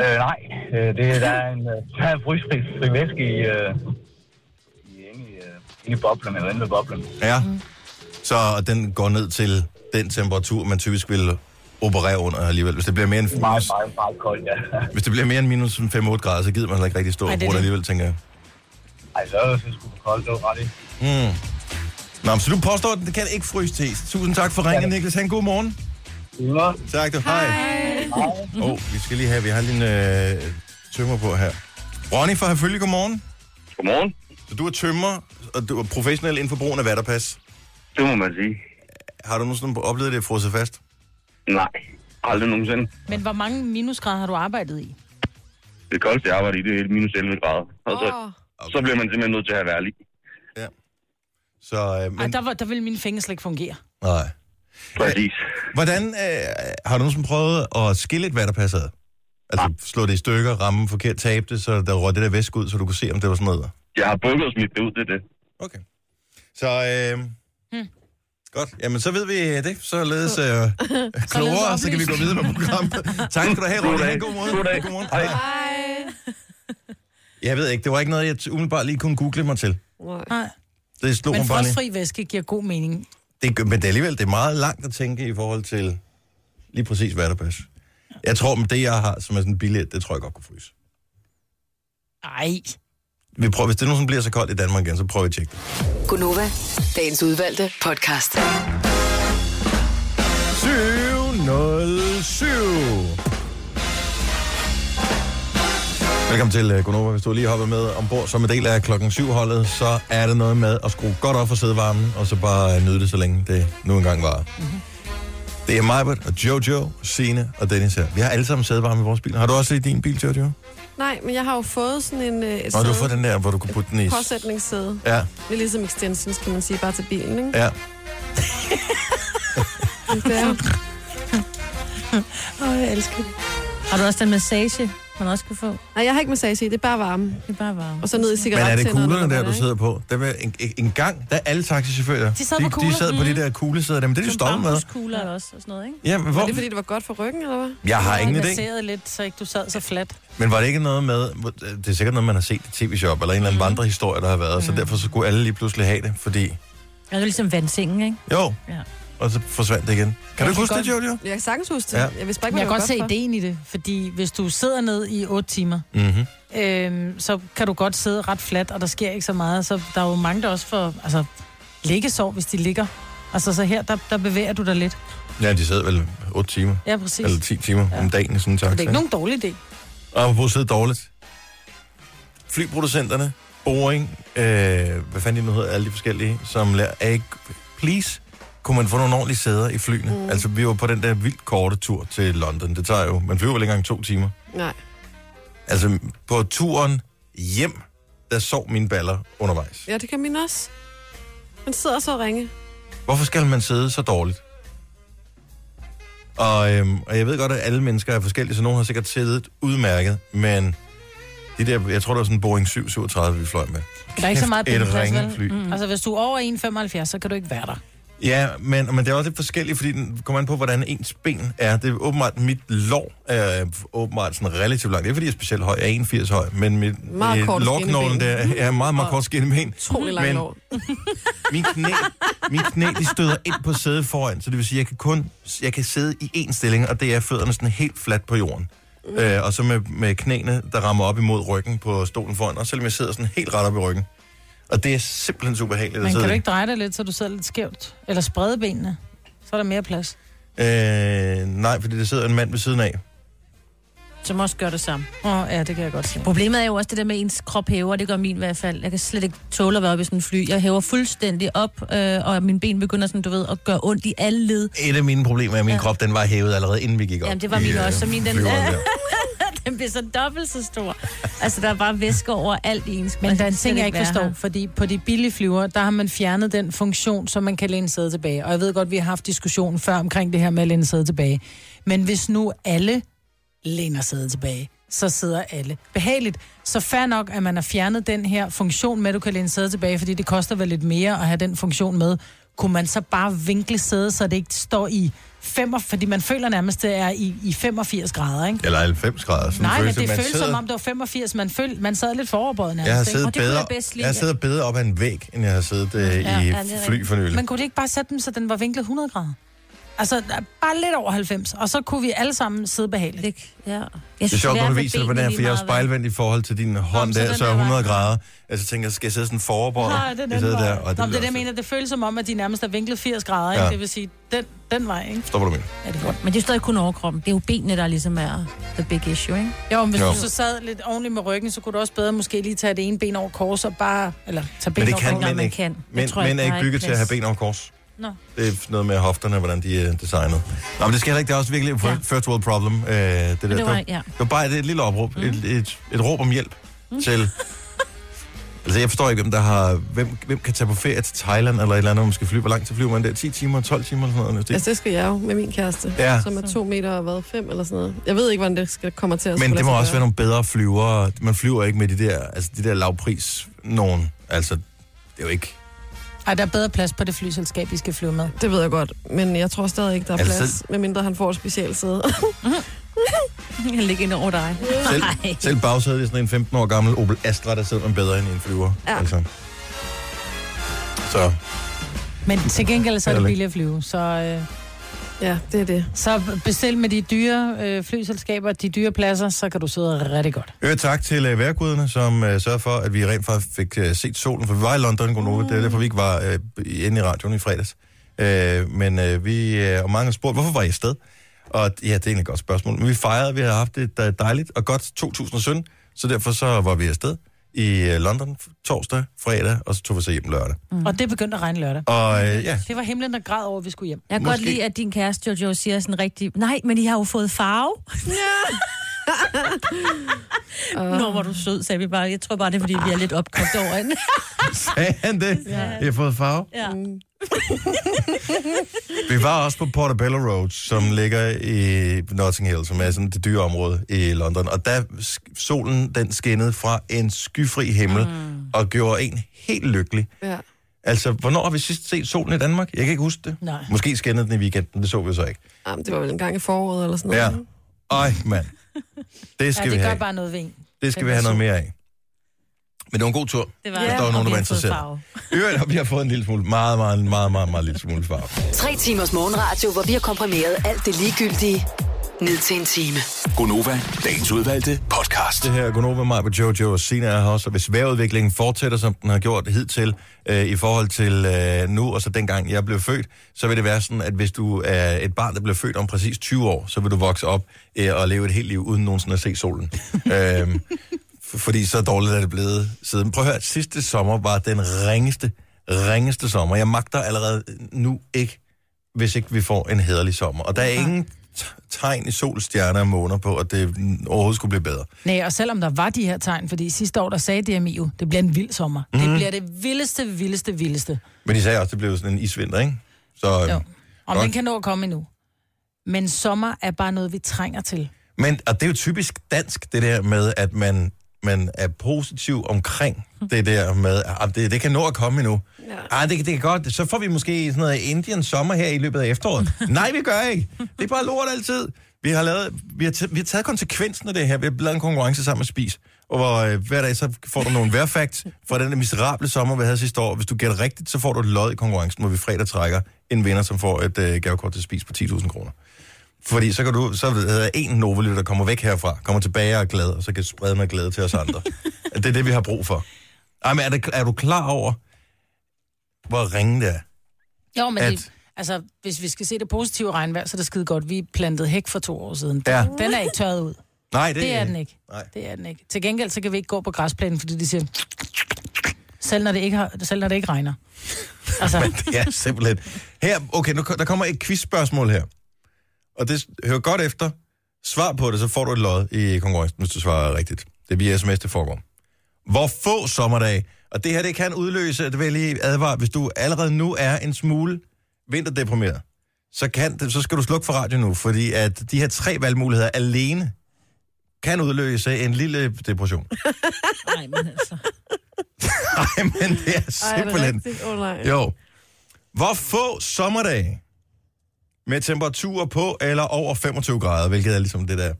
Speaker 8: Øh, nej, øh, det, der er en, øh, der er en frysfri fri væske i, øh, i, inde i, øh, inde i boblen, eller inde ved boblen.
Speaker 1: Ja.
Speaker 3: Mm.
Speaker 1: Så den går ned til den temperatur, man typisk vil operere under alligevel. Hvis det bliver mere end,
Speaker 8: Meget,
Speaker 1: minus,
Speaker 8: meget, meget koldt, ja.
Speaker 1: hvis det bliver mere end minus 5-8 grader, så gider man heller ikke rigtig stå og
Speaker 3: det er
Speaker 1: bruge det
Speaker 3: det.
Speaker 1: alligevel, tænker jeg.
Speaker 8: Ej, så er det sgu for koldt, det var ret i.
Speaker 1: Nå, men så du påstår, at den kan ikke fryse til is. Tusind tak for ringen, Niklas. Han god morgen.
Speaker 8: Yngre.
Speaker 1: Tak, du. Hej. Åh, oh, vi skal lige have, vi har lige en øh, tømmer på her. Ronny fra Herfølge, godmorgen.
Speaker 8: Godmorgen.
Speaker 1: Så du er tømmer, og du er professionel inden for brugen af vatterpas.
Speaker 8: Det må man sige.
Speaker 1: Har du nogensinde oplevet det frosset fast?
Speaker 8: Nej, aldrig nogensinde.
Speaker 3: Men hvor mange minusgrader har du arbejdet i?
Speaker 8: Det koldeste jeg arbejder i, det er minus 11 grader. Og så,
Speaker 4: Åh,
Speaker 8: så bliver man simpelthen nødt til at have værlig.
Speaker 1: Så, øh,
Speaker 3: Ej,
Speaker 1: men,
Speaker 3: der, var, der ville mine fingre slet ikke fungere.
Speaker 1: nej.
Speaker 8: Præcis.
Speaker 1: Hvordan, øh, har du nogensinde prøvet at skille et vatterpas ad? Altså slå det i stykker, ramme forkert, tabe det, så der røg det der væske ud, så du kunne se, om det var sådan noget.
Speaker 8: Jeg har bukket og smidt det ud, det er det.
Speaker 1: Okay. Så, øh, godt. Jamen, så ved vi det. Så ledes øh, klogere, så kan vi gå videre med programmet. tak skal du have, Ronny. Ha' en God morgen.
Speaker 8: Goddag.
Speaker 1: God morgen. Hej. Jeg ved ikke, det var ikke noget, jeg t- umiddelbart lige kunne google mig til.
Speaker 3: Nej.
Speaker 1: Det slog
Speaker 3: Men
Speaker 1: mig bare lige.
Speaker 3: frostfri væske giver god mening.
Speaker 1: Det, gør- men det er alligevel, det er meget langt at tænke i forhold til lige præcis vatterpas. Jeg tror, med det, jeg har, som er sådan en billet, det tror jeg godt kunne fryse.
Speaker 3: Ej.
Speaker 1: Vi prøver, hvis det nogensinde bliver så koldt i Danmark igen, så prøver vi at tjekke det.
Speaker 5: Gunova, dagens udvalgte podcast.
Speaker 1: 707. Velkommen til øh, Gunova. Hvis du lige hopper med ombord som en del af klokken 7 holdet, så er det noget med at skrue godt op for sædevarmen, og så bare øh, nyde det, så længe det nu engang varer. Mm-hmm. Det er Majbert og Jojo, Sine og Dennis her. Vi har alle sammen sædevarme i vores bil. Har du også i din bil, Jojo? Nå,
Speaker 4: Nej, men jeg har jo fået sådan en øh, et
Speaker 1: du har
Speaker 4: sæde,
Speaker 1: fået den der, hvor du kunne putte den i.
Speaker 4: påsætningssæde.
Speaker 1: Ja,
Speaker 4: Det er ligesom extensions, kan man sige, bare til bilen, ikke?
Speaker 1: ja.
Speaker 4: Det er,
Speaker 3: Åh, jeg elsker det.
Speaker 2: Har du også den massage, man også kan få?
Speaker 4: nej, jeg har ikke massage i, det er bare varme.
Speaker 2: Det er bare varme.
Speaker 4: Og så ned i
Speaker 1: Men er
Speaker 4: cigaretterne.
Speaker 1: det kuglerne der, du sidder på? Der var en, en, en gang, der er alle taxichauffører,
Speaker 3: De sad på
Speaker 1: de, de
Speaker 3: kugler.
Speaker 1: sad på de der kuglesæder, der, men det er de stoppet med.
Speaker 2: Bambuskugler er der også og sådan noget, ikke?
Speaker 1: Jamen,
Speaker 4: Var
Speaker 1: hvor?
Speaker 4: det, fordi det var godt for ryggen, eller hvad?
Speaker 1: Jeg har ingen idé.
Speaker 3: baseret lidt, så ikke du sad så fladt.
Speaker 1: Men var det ikke noget med, det er sikkert noget, man har set i tv-shop, eller en eller anden vandrehistorie, der har været, så derfor så skulle alle lige pludselig have det, fordi
Speaker 2: Ja, det er ligesom vandsengen, ikke?
Speaker 1: jo,
Speaker 2: Ja.
Speaker 1: og så forsvandt det igen. Kan du ikke huske det, Jojo?
Speaker 4: Jeg kan sagtens huske det.
Speaker 1: Ja.
Speaker 4: Jeg vidste bare ikke,
Speaker 3: Men
Speaker 4: hvad det
Speaker 3: jeg kan
Speaker 4: var
Speaker 3: godt se
Speaker 4: godt for.
Speaker 3: ideen i det, fordi hvis du sidder ned i 8 timer,
Speaker 1: Mhm.
Speaker 3: øhm, så kan du godt sidde ret fladt, og der sker ikke så meget. Så der er jo mange, der også får altså, liggesår, hvis de ligger. Altså, så her, der, der bevæger du dig lidt.
Speaker 1: Ja, de sad vel 8 timer,
Speaker 3: Ja, præcis.
Speaker 1: eller 10 timer
Speaker 3: Ja.
Speaker 1: om dagen i sådan en
Speaker 3: det er
Speaker 1: taxa.
Speaker 3: ikke nogen dårlig idé.
Speaker 1: Og hvor sidde dårligt. Flyproducenterne, Boeing, øh, hvad fanden de nu hedder, alle de forskellige, som lærer, er ikke, please, kunne man få nogle ordentlige sæder i flyene? Mm. Altså, vi var på den der vildt korte tur til London. Det tager jo, man flyver vel ikke engang to timer.
Speaker 4: Nej.
Speaker 1: Altså, på turen hjem, der sov mine baller undervejs.
Speaker 4: Ja, det kan min også. Man sidder så og ringe.
Speaker 1: Hvorfor skal man sidde så dårligt? Og, øhm, og jeg ved godt, at alle mennesker er forskellige, så nogen har sikkert siddet udmærket, men det der, jeg tror, det var sådan en Boeing 737, vi fløj med.
Speaker 3: Der er ikke så meget
Speaker 1: et
Speaker 3: bindefast, vel?
Speaker 1: ringfly. Mm.
Speaker 3: Mm. Altså, hvis du er over 1,75, så kan du ikke være der.
Speaker 1: Ja, men, men det er også lidt forskelligt, fordi den kommer an på, hvordan ens ben er. Det er åbenbart, mit lår er åbenbart sådan relativt langt. Det er, fordi jeg er specielt høj. Jeg er 81 høj, men mit
Speaker 4: Meget
Speaker 1: øh,
Speaker 4: kort
Speaker 1: lårknoglen
Speaker 4: skinneben.
Speaker 1: der er meget, meget kort skinneben.
Speaker 4: Utrolig langt
Speaker 1: Mhm. Men-
Speaker 4: over.
Speaker 1: Min knæ, min knæ de støder ind på sædet foran, så det vil sige, at jeg kan kun jeg kan sidde i én stilling, og det er fødderne sådan helt fladt på jorden. Mm. Øh, og så med, med knæene, der rammer op imod ryggen på stolen foran, og selvom jeg sidder sådan helt ret op i ryggen. Og det er simpelthen super behageligt at
Speaker 3: Men kan du
Speaker 1: sidde i.
Speaker 3: ikke dreje dig lidt, så du sidder lidt skævt? Eller sprede benene? Så er der mere plads.
Speaker 1: Øh, nej, fordi der sidder en mand ved siden af.
Speaker 2: Som også gør det samme.
Speaker 3: Åh, oh, ja, det kan jeg godt se.
Speaker 2: Problemet er jo også det der med, at ens krop hæver. Det gør min i hvert fald. Jeg kan slet ikke tåle at være oppe i sådan en fly. Jeg hæver fuldstændig op, øh, og mine ben begynder sådan, du ved, at gøre ondt i alle led.
Speaker 1: Et af mine problemer er, at min ja.
Speaker 2: Ja.
Speaker 1: krop den var hævet allerede inden vi gik op.
Speaker 2: Jamen, det var min
Speaker 1: i, øh,
Speaker 2: også, så min den-
Speaker 1: flyveren der.
Speaker 2: Den bliver så dobbelt så stor. Altså, der er bare væske over alt i ens.
Speaker 3: Men
Speaker 2: Man
Speaker 3: der er
Speaker 2: kan
Speaker 3: en
Speaker 2: slet
Speaker 3: ting, jeg ikke
Speaker 2: være
Speaker 3: forstår,
Speaker 2: her.
Speaker 3: fordi på de billige flyver, der har man fjernet den funktion, så man kan læne sæde tilbage. Og jeg ved godt, vi har haft diskussionen før omkring det her med at læne sæde tilbage. Men hvis nu alle læner sæde tilbage, så sidder alle behageligt. Så fair nok, at man har fjernet den her funktion med, at du kan læne sæde tilbage, fordi det koster vel lidt mere at have den funktion med. Kunne man så bare vinkle sæde, så det ikke står i 5, fordi man føler nærmest, det er i, i 85 grader, ikke?
Speaker 1: Eller 90 grader. Sådan en
Speaker 3: Nej, men
Speaker 1: følelse.
Speaker 3: det
Speaker 1: Man
Speaker 3: føles
Speaker 1: sidder-
Speaker 3: som om, det var 85. Man, føl, man sad lidt foroverbøjet nærmest.
Speaker 1: Jeg har
Speaker 3: ikke?
Speaker 1: siddet
Speaker 2: Og det kunne
Speaker 1: bedre,
Speaker 2: jeg bedst lide,
Speaker 1: jeg har
Speaker 2: ja.
Speaker 1: siddet bedre op ad en væg, end jeg har siddet øh,
Speaker 2: ja,
Speaker 1: i
Speaker 2: det er rigtigt.
Speaker 1: fly for nylig.
Speaker 3: Men kunne de ikke bare sætte dem, så den var vinklet 100 grader? Altså, bare lidt over 90, og så kunne vi alle sammen sidde behageligt.
Speaker 2: Det, ja. Jeg
Speaker 1: Det er sjovt, når du viser det på den her, for jeg er jo spejlvendt i forhold til din hånd
Speaker 3: så
Speaker 1: der,
Speaker 3: den
Speaker 1: så er
Speaker 3: der vej.
Speaker 1: 100 grader. Altså tænker jeg, skal jeg sidde sådan foroverbøjet?
Speaker 3: Nej, det er
Speaker 1: Jeg
Speaker 3: den
Speaker 1: sidder
Speaker 3: vej.
Speaker 1: der, og det,
Speaker 3: Nå, men det er det,
Speaker 1: også-
Speaker 3: jeg mener. Det føles som om, at de nærmest er vinklet 80 grader. Ikke?
Speaker 1: Ja.
Speaker 3: Det vil sige, den, den vej, ikke?
Speaker 1: Stop, hvad altså- du mener.
Speaker 3: Er det godt?
Speaker 2: Men det er jo stadig kun overkroppen. Det er jo benene, der ligesom er the big issue, ikke?
Speaker 3: Jo, men hvis
Speaker 1: Jo.
Speaker 3: jo. du så sad lidt ordentligt med ryggen, så kunne du også bedre måske lige tage det ene ben over kors og bare... Eller tage ben
Speaker 1: Men det
Speaker 3: over
Speaker 1: kan
Speaker 3: kors.
Speaker 2: man
Speaker 1: mænd ikke.
Speaker 2: kan. Jeg
Speaker 1: Mænd,
Speaker 2: tror ikke,
Speaker 1: mænd er
Speaker 2: der
Speaker 1: ikke
Speaker 2: er
Speaker 1: bygget til at have
Speaker 2: plads.
Speaker 1: ben over kors.
Speaker 3: Nå.
Speaker 1: Det er noget med hofterne, hvordan de er designet. Nå, men det skal heller ikke. Det er også virkelig et
Speaker 2: Ja.
Speaker 1: first world problem. Øh, det, der.
Speaker 2: det var- ja.
Speaker 1: det var bare et, et lille opråb. Mm. Et, et, et råb om hjælp mm. til... Altså, jeg forstår ikke, hvem der har... Hvem, hvem kan tage på ferie til Thailand eller et eller andet, når man skal flyve? Hvor langt så flyver man der? 10 timer, 12 timer eller sådan noget? Det,
Speaker 4: Altså, det skal jeg jo med min kæreste,
Speaker 1: Ja.
Speaker 4: ja. som er to meter og hvad, fem eller sådan noget. Jeg ved ikke, hvordan det skal komme til at skulle
Speaker 1: men det
Speaker 4: lade
Speaker 1: må
Speaker 4: sig
Speaker 1: også være
Speaker 4: gøre.
Speaker 1: nogle bedre flyvere. Man flyver ikke med de der, altså, de der lavpris nogen. Altså, det er jo ikke...
Speaker 3: Ej, der er bedre plads på det flyselskab, vi skal flyve med.
Speaker 4: Det ved jeg godt, men jeg tror stadig ikke, der er
Speaker 1: Altså,
Speaker 4: plads, medmindre han får et specialsæde.
Speaker 2: Jeg ligger ind over dig.
Speaker 1: Selv,
Speaker 2: Nej.
Speaker 1: selv bagsædet er sådan en 15 år gammel Opel Astra, der sidder man bedre end i en flyver.
Speaker 4: Ja.
Speaker 1: Altså. Så
Speaker 3: Men til gengæld så er det
Speaker 1: Eller ikke.
Speaker 3: billigt at flyve. Så, øh,
Speaker 4: ja, det er det.
Speaker 3: så bestil med de dyre øh, flyselskaber, de dyre pladser, så kan du sidde rigtig godt.
Speaker 1: øh, tak til øh, værguderne, som øh, sørger for, at vi rent faktisk fik øh, set solen, for vi var i London, Gunova, mm. det er derfor, vi ikke var øh, inde i radioen i fredags. Øh, men øh, vi, øh, og mange har spurgt, hvorfor var I afsted? Og ja, det er egentlig et godt spørgsmål, men vi fejrede, vi havde haft et øh, dejligt og godt 2017, så derfor så var vi afsted i øh, London torsdag, fredag, og så tog vi så hjem lørdag.
Speaker 3: Mm. Og det begyndte at regne lørdag.
Speaker 1: Og øh, ja,
Speaker 3: Det var himlen, der græd over, at vi skulle hjem.
Speaker 2: Jeg kan godt
Speaker 1: Måske-
Speaker 2: lide, at din kæreste Jojo siger sådan rigtig, nej, men I har jo fået farve. Ja. Nå, hvor er du sød, sagde vi bare. Jeg tror bare, det er, fordi vi er lidt opkogt over hende.
Speaker 1: Sagde han det? Ja. Jeg har fået farve.
Speaker 2: Ja.
Speaker 1: Vi var også på Portobello Road, som ligger i Notting Hill, som er sådan det dyre område i London. Og der sk- solen, den skinnede fra en skyfri himmel mm. og gjorde en helt lykkelig.
Speaker 4: Ja.
Speaker 1: Altså, hvornår har vi sidst set solen i Danmark? Jeg kan ikke huske det.
Speaker 3: Nej. Mm-hmm.
Speaker 1: Måske skinnede den i weekenden, det så vi så ikke.
Speaker 4: Jamen, det var vel en gang i foråret eller sådan
Speaker 1: Ja.
Speaker 4: noget.
Speaker 1: Ej, mand. Det
Speaker 3: Ja,
Speaker 1: skal ja,
Speaker 3: det
Speaker 1: vi
Speaker 3: gør
Speaker 1: have.
Speaker 3: bare noget ved en.
Speaker 1: Det skal
Speaker 3: den
Speaker 1: vi
Speaker 3: der
Speaker 1: have noget
Speaker 3: sol.
Speaker 1: mere af. Men det var en god tur.
Speaker 2: Det var
Speaker 1: hvis der var
Speaker 2: og
Speaker 1: nogen, der var
Speaker 2: vi har fået
Speaker 1: interesseret.
Speaker 2: farve.
Speaker 1: Øvrigt har vi har fået en lille smule, meget, meget, meget, meget, meget lille smule farve.
Speaker 5: Tre timers morgenradio, hvor vi har komprimeret alt det ligegyldige ned til en time.
Speaker 6: Gonova, dagens udvalgte podcast.
Speaker 1: Det her er Gunova, mig på Jojo og Sina er her også. Og hvis vejrudviklingen fortsætter, som den har gjort hidtil, øh, i forhold til øh, nu og så dengang jeg blev født, så vil det være sådan, at hvis du er et barn, der blev født om præcis 20 år, så vil du vokse op øh, og leve et helt liv uden nogensinde at se solen. øhm, f- fordi så dårligt er det blevet siden. Prøv at høre, sidste sommer var den ringeste, ringeste sommer. Jeg magter allerede nu ikke hvis ikke vi får en hederlig sommer. Og der er ingen t- tegn i sol, stjerner og måner på, at det mm, overhovedet skulle blive bedre.
Speaker 3: Nej, og selvom der var de her tegn, fordi sidste år, der sagde DMI jo, det bliver en vild sommer. Mm.
Speaker 1: Mhm.
Speaker 3: Det bliver det vildeste, vildeste, vildeste.
Speaker 1: Men de sagde også, at det blev sådan en isvinter, ikke? Så, øhm,
Speaker 3: Jo.
Speaker 1: jo.
Speaker 3: Og
Speaker 1: Godt.
Speaker 3: den kan nå at komme endnu. Men sommer er bare noget, vi trænger til.
Speaker 1: Men og det er jo typisk dansk, det der med, at man, man er positiv omkring det der med, at det, det kan nå at komme endnu. Ja. Ah, det, kan- det kan godt, så får vi måske sådan noget Indian sommer her i løbet af efteråret. Nej, vi gør ikke. Det er bare lort altid. Vi har, lavet, vi, har t- vi har taget konsekvensen af det her. Vi har lavet en konkurrence sammen med Spis. Og hvor øh, hver dag så får du nogle vejrfacts fra den der miserable sommer, vi havde sidste år. Hvis du gætter rigtigt, så får du et lod i konkurrencen, hvor vi fredag trækker en vinder, som får et øh, gavekort til Spis på 10.000 kroner. Fordi så kan du, så er der en novelytter, der kommer væk herfra, kommer tilbage og er glad, og så kan sprede noget glæde til os andre. det er det, vi har brug for. Ej, men er, det, er du klar over, hvor ringe det er?
Speaker 3: Jo, men
Speaker 1: At-
Speaker 3: at... det, altså, hvis vi skal se det positive regnvejr, så er det skide godt. Vi plantede hæk for to år siden.
Speaker 1: Ja.
Speaker 3: Den er ikke tørret ud.
Speaker 1: Nej, det,
Speaker 3: Det er den ikke.
Speaker 1: Nej.
Speaker 3: Det er den ikke. Til gengæld, så kan vi ikke gå på græsplænen, fordi de siger, selv når det ikke, har, selv når det ikke regner. Altså,
Speaker 1: Men det er simpelthen... Her, okay, nu, ko- der kommer et quizspørgsmål her. Og det s- hører godt efter. Svar på det, så får du et lod i konkurrencen, hvis du svarer rigtigt. Det er via sms, det foregår. Hvor få sommerdage? Og det her, det kan udløse, det vil jeg lige advare, hvis du allerede nu er en smule vinterdeprimeret, så, kan det, så skal du slukke for radio nu, fordi at de her tre valgmuligheder alene kan udløse en lille depression.
Speaker 2: Nej, men altså.
Speaker 1: Nej, men det er
Speaker 4: Ej, er det
Speaker 1: simpelthen...
Speaker 4: rigtigt? Åh, nej.
Speaker 1: Jo. Hvor få sommerdage med temperaturer på eller over 25 grader, hvilket er ligesom det der,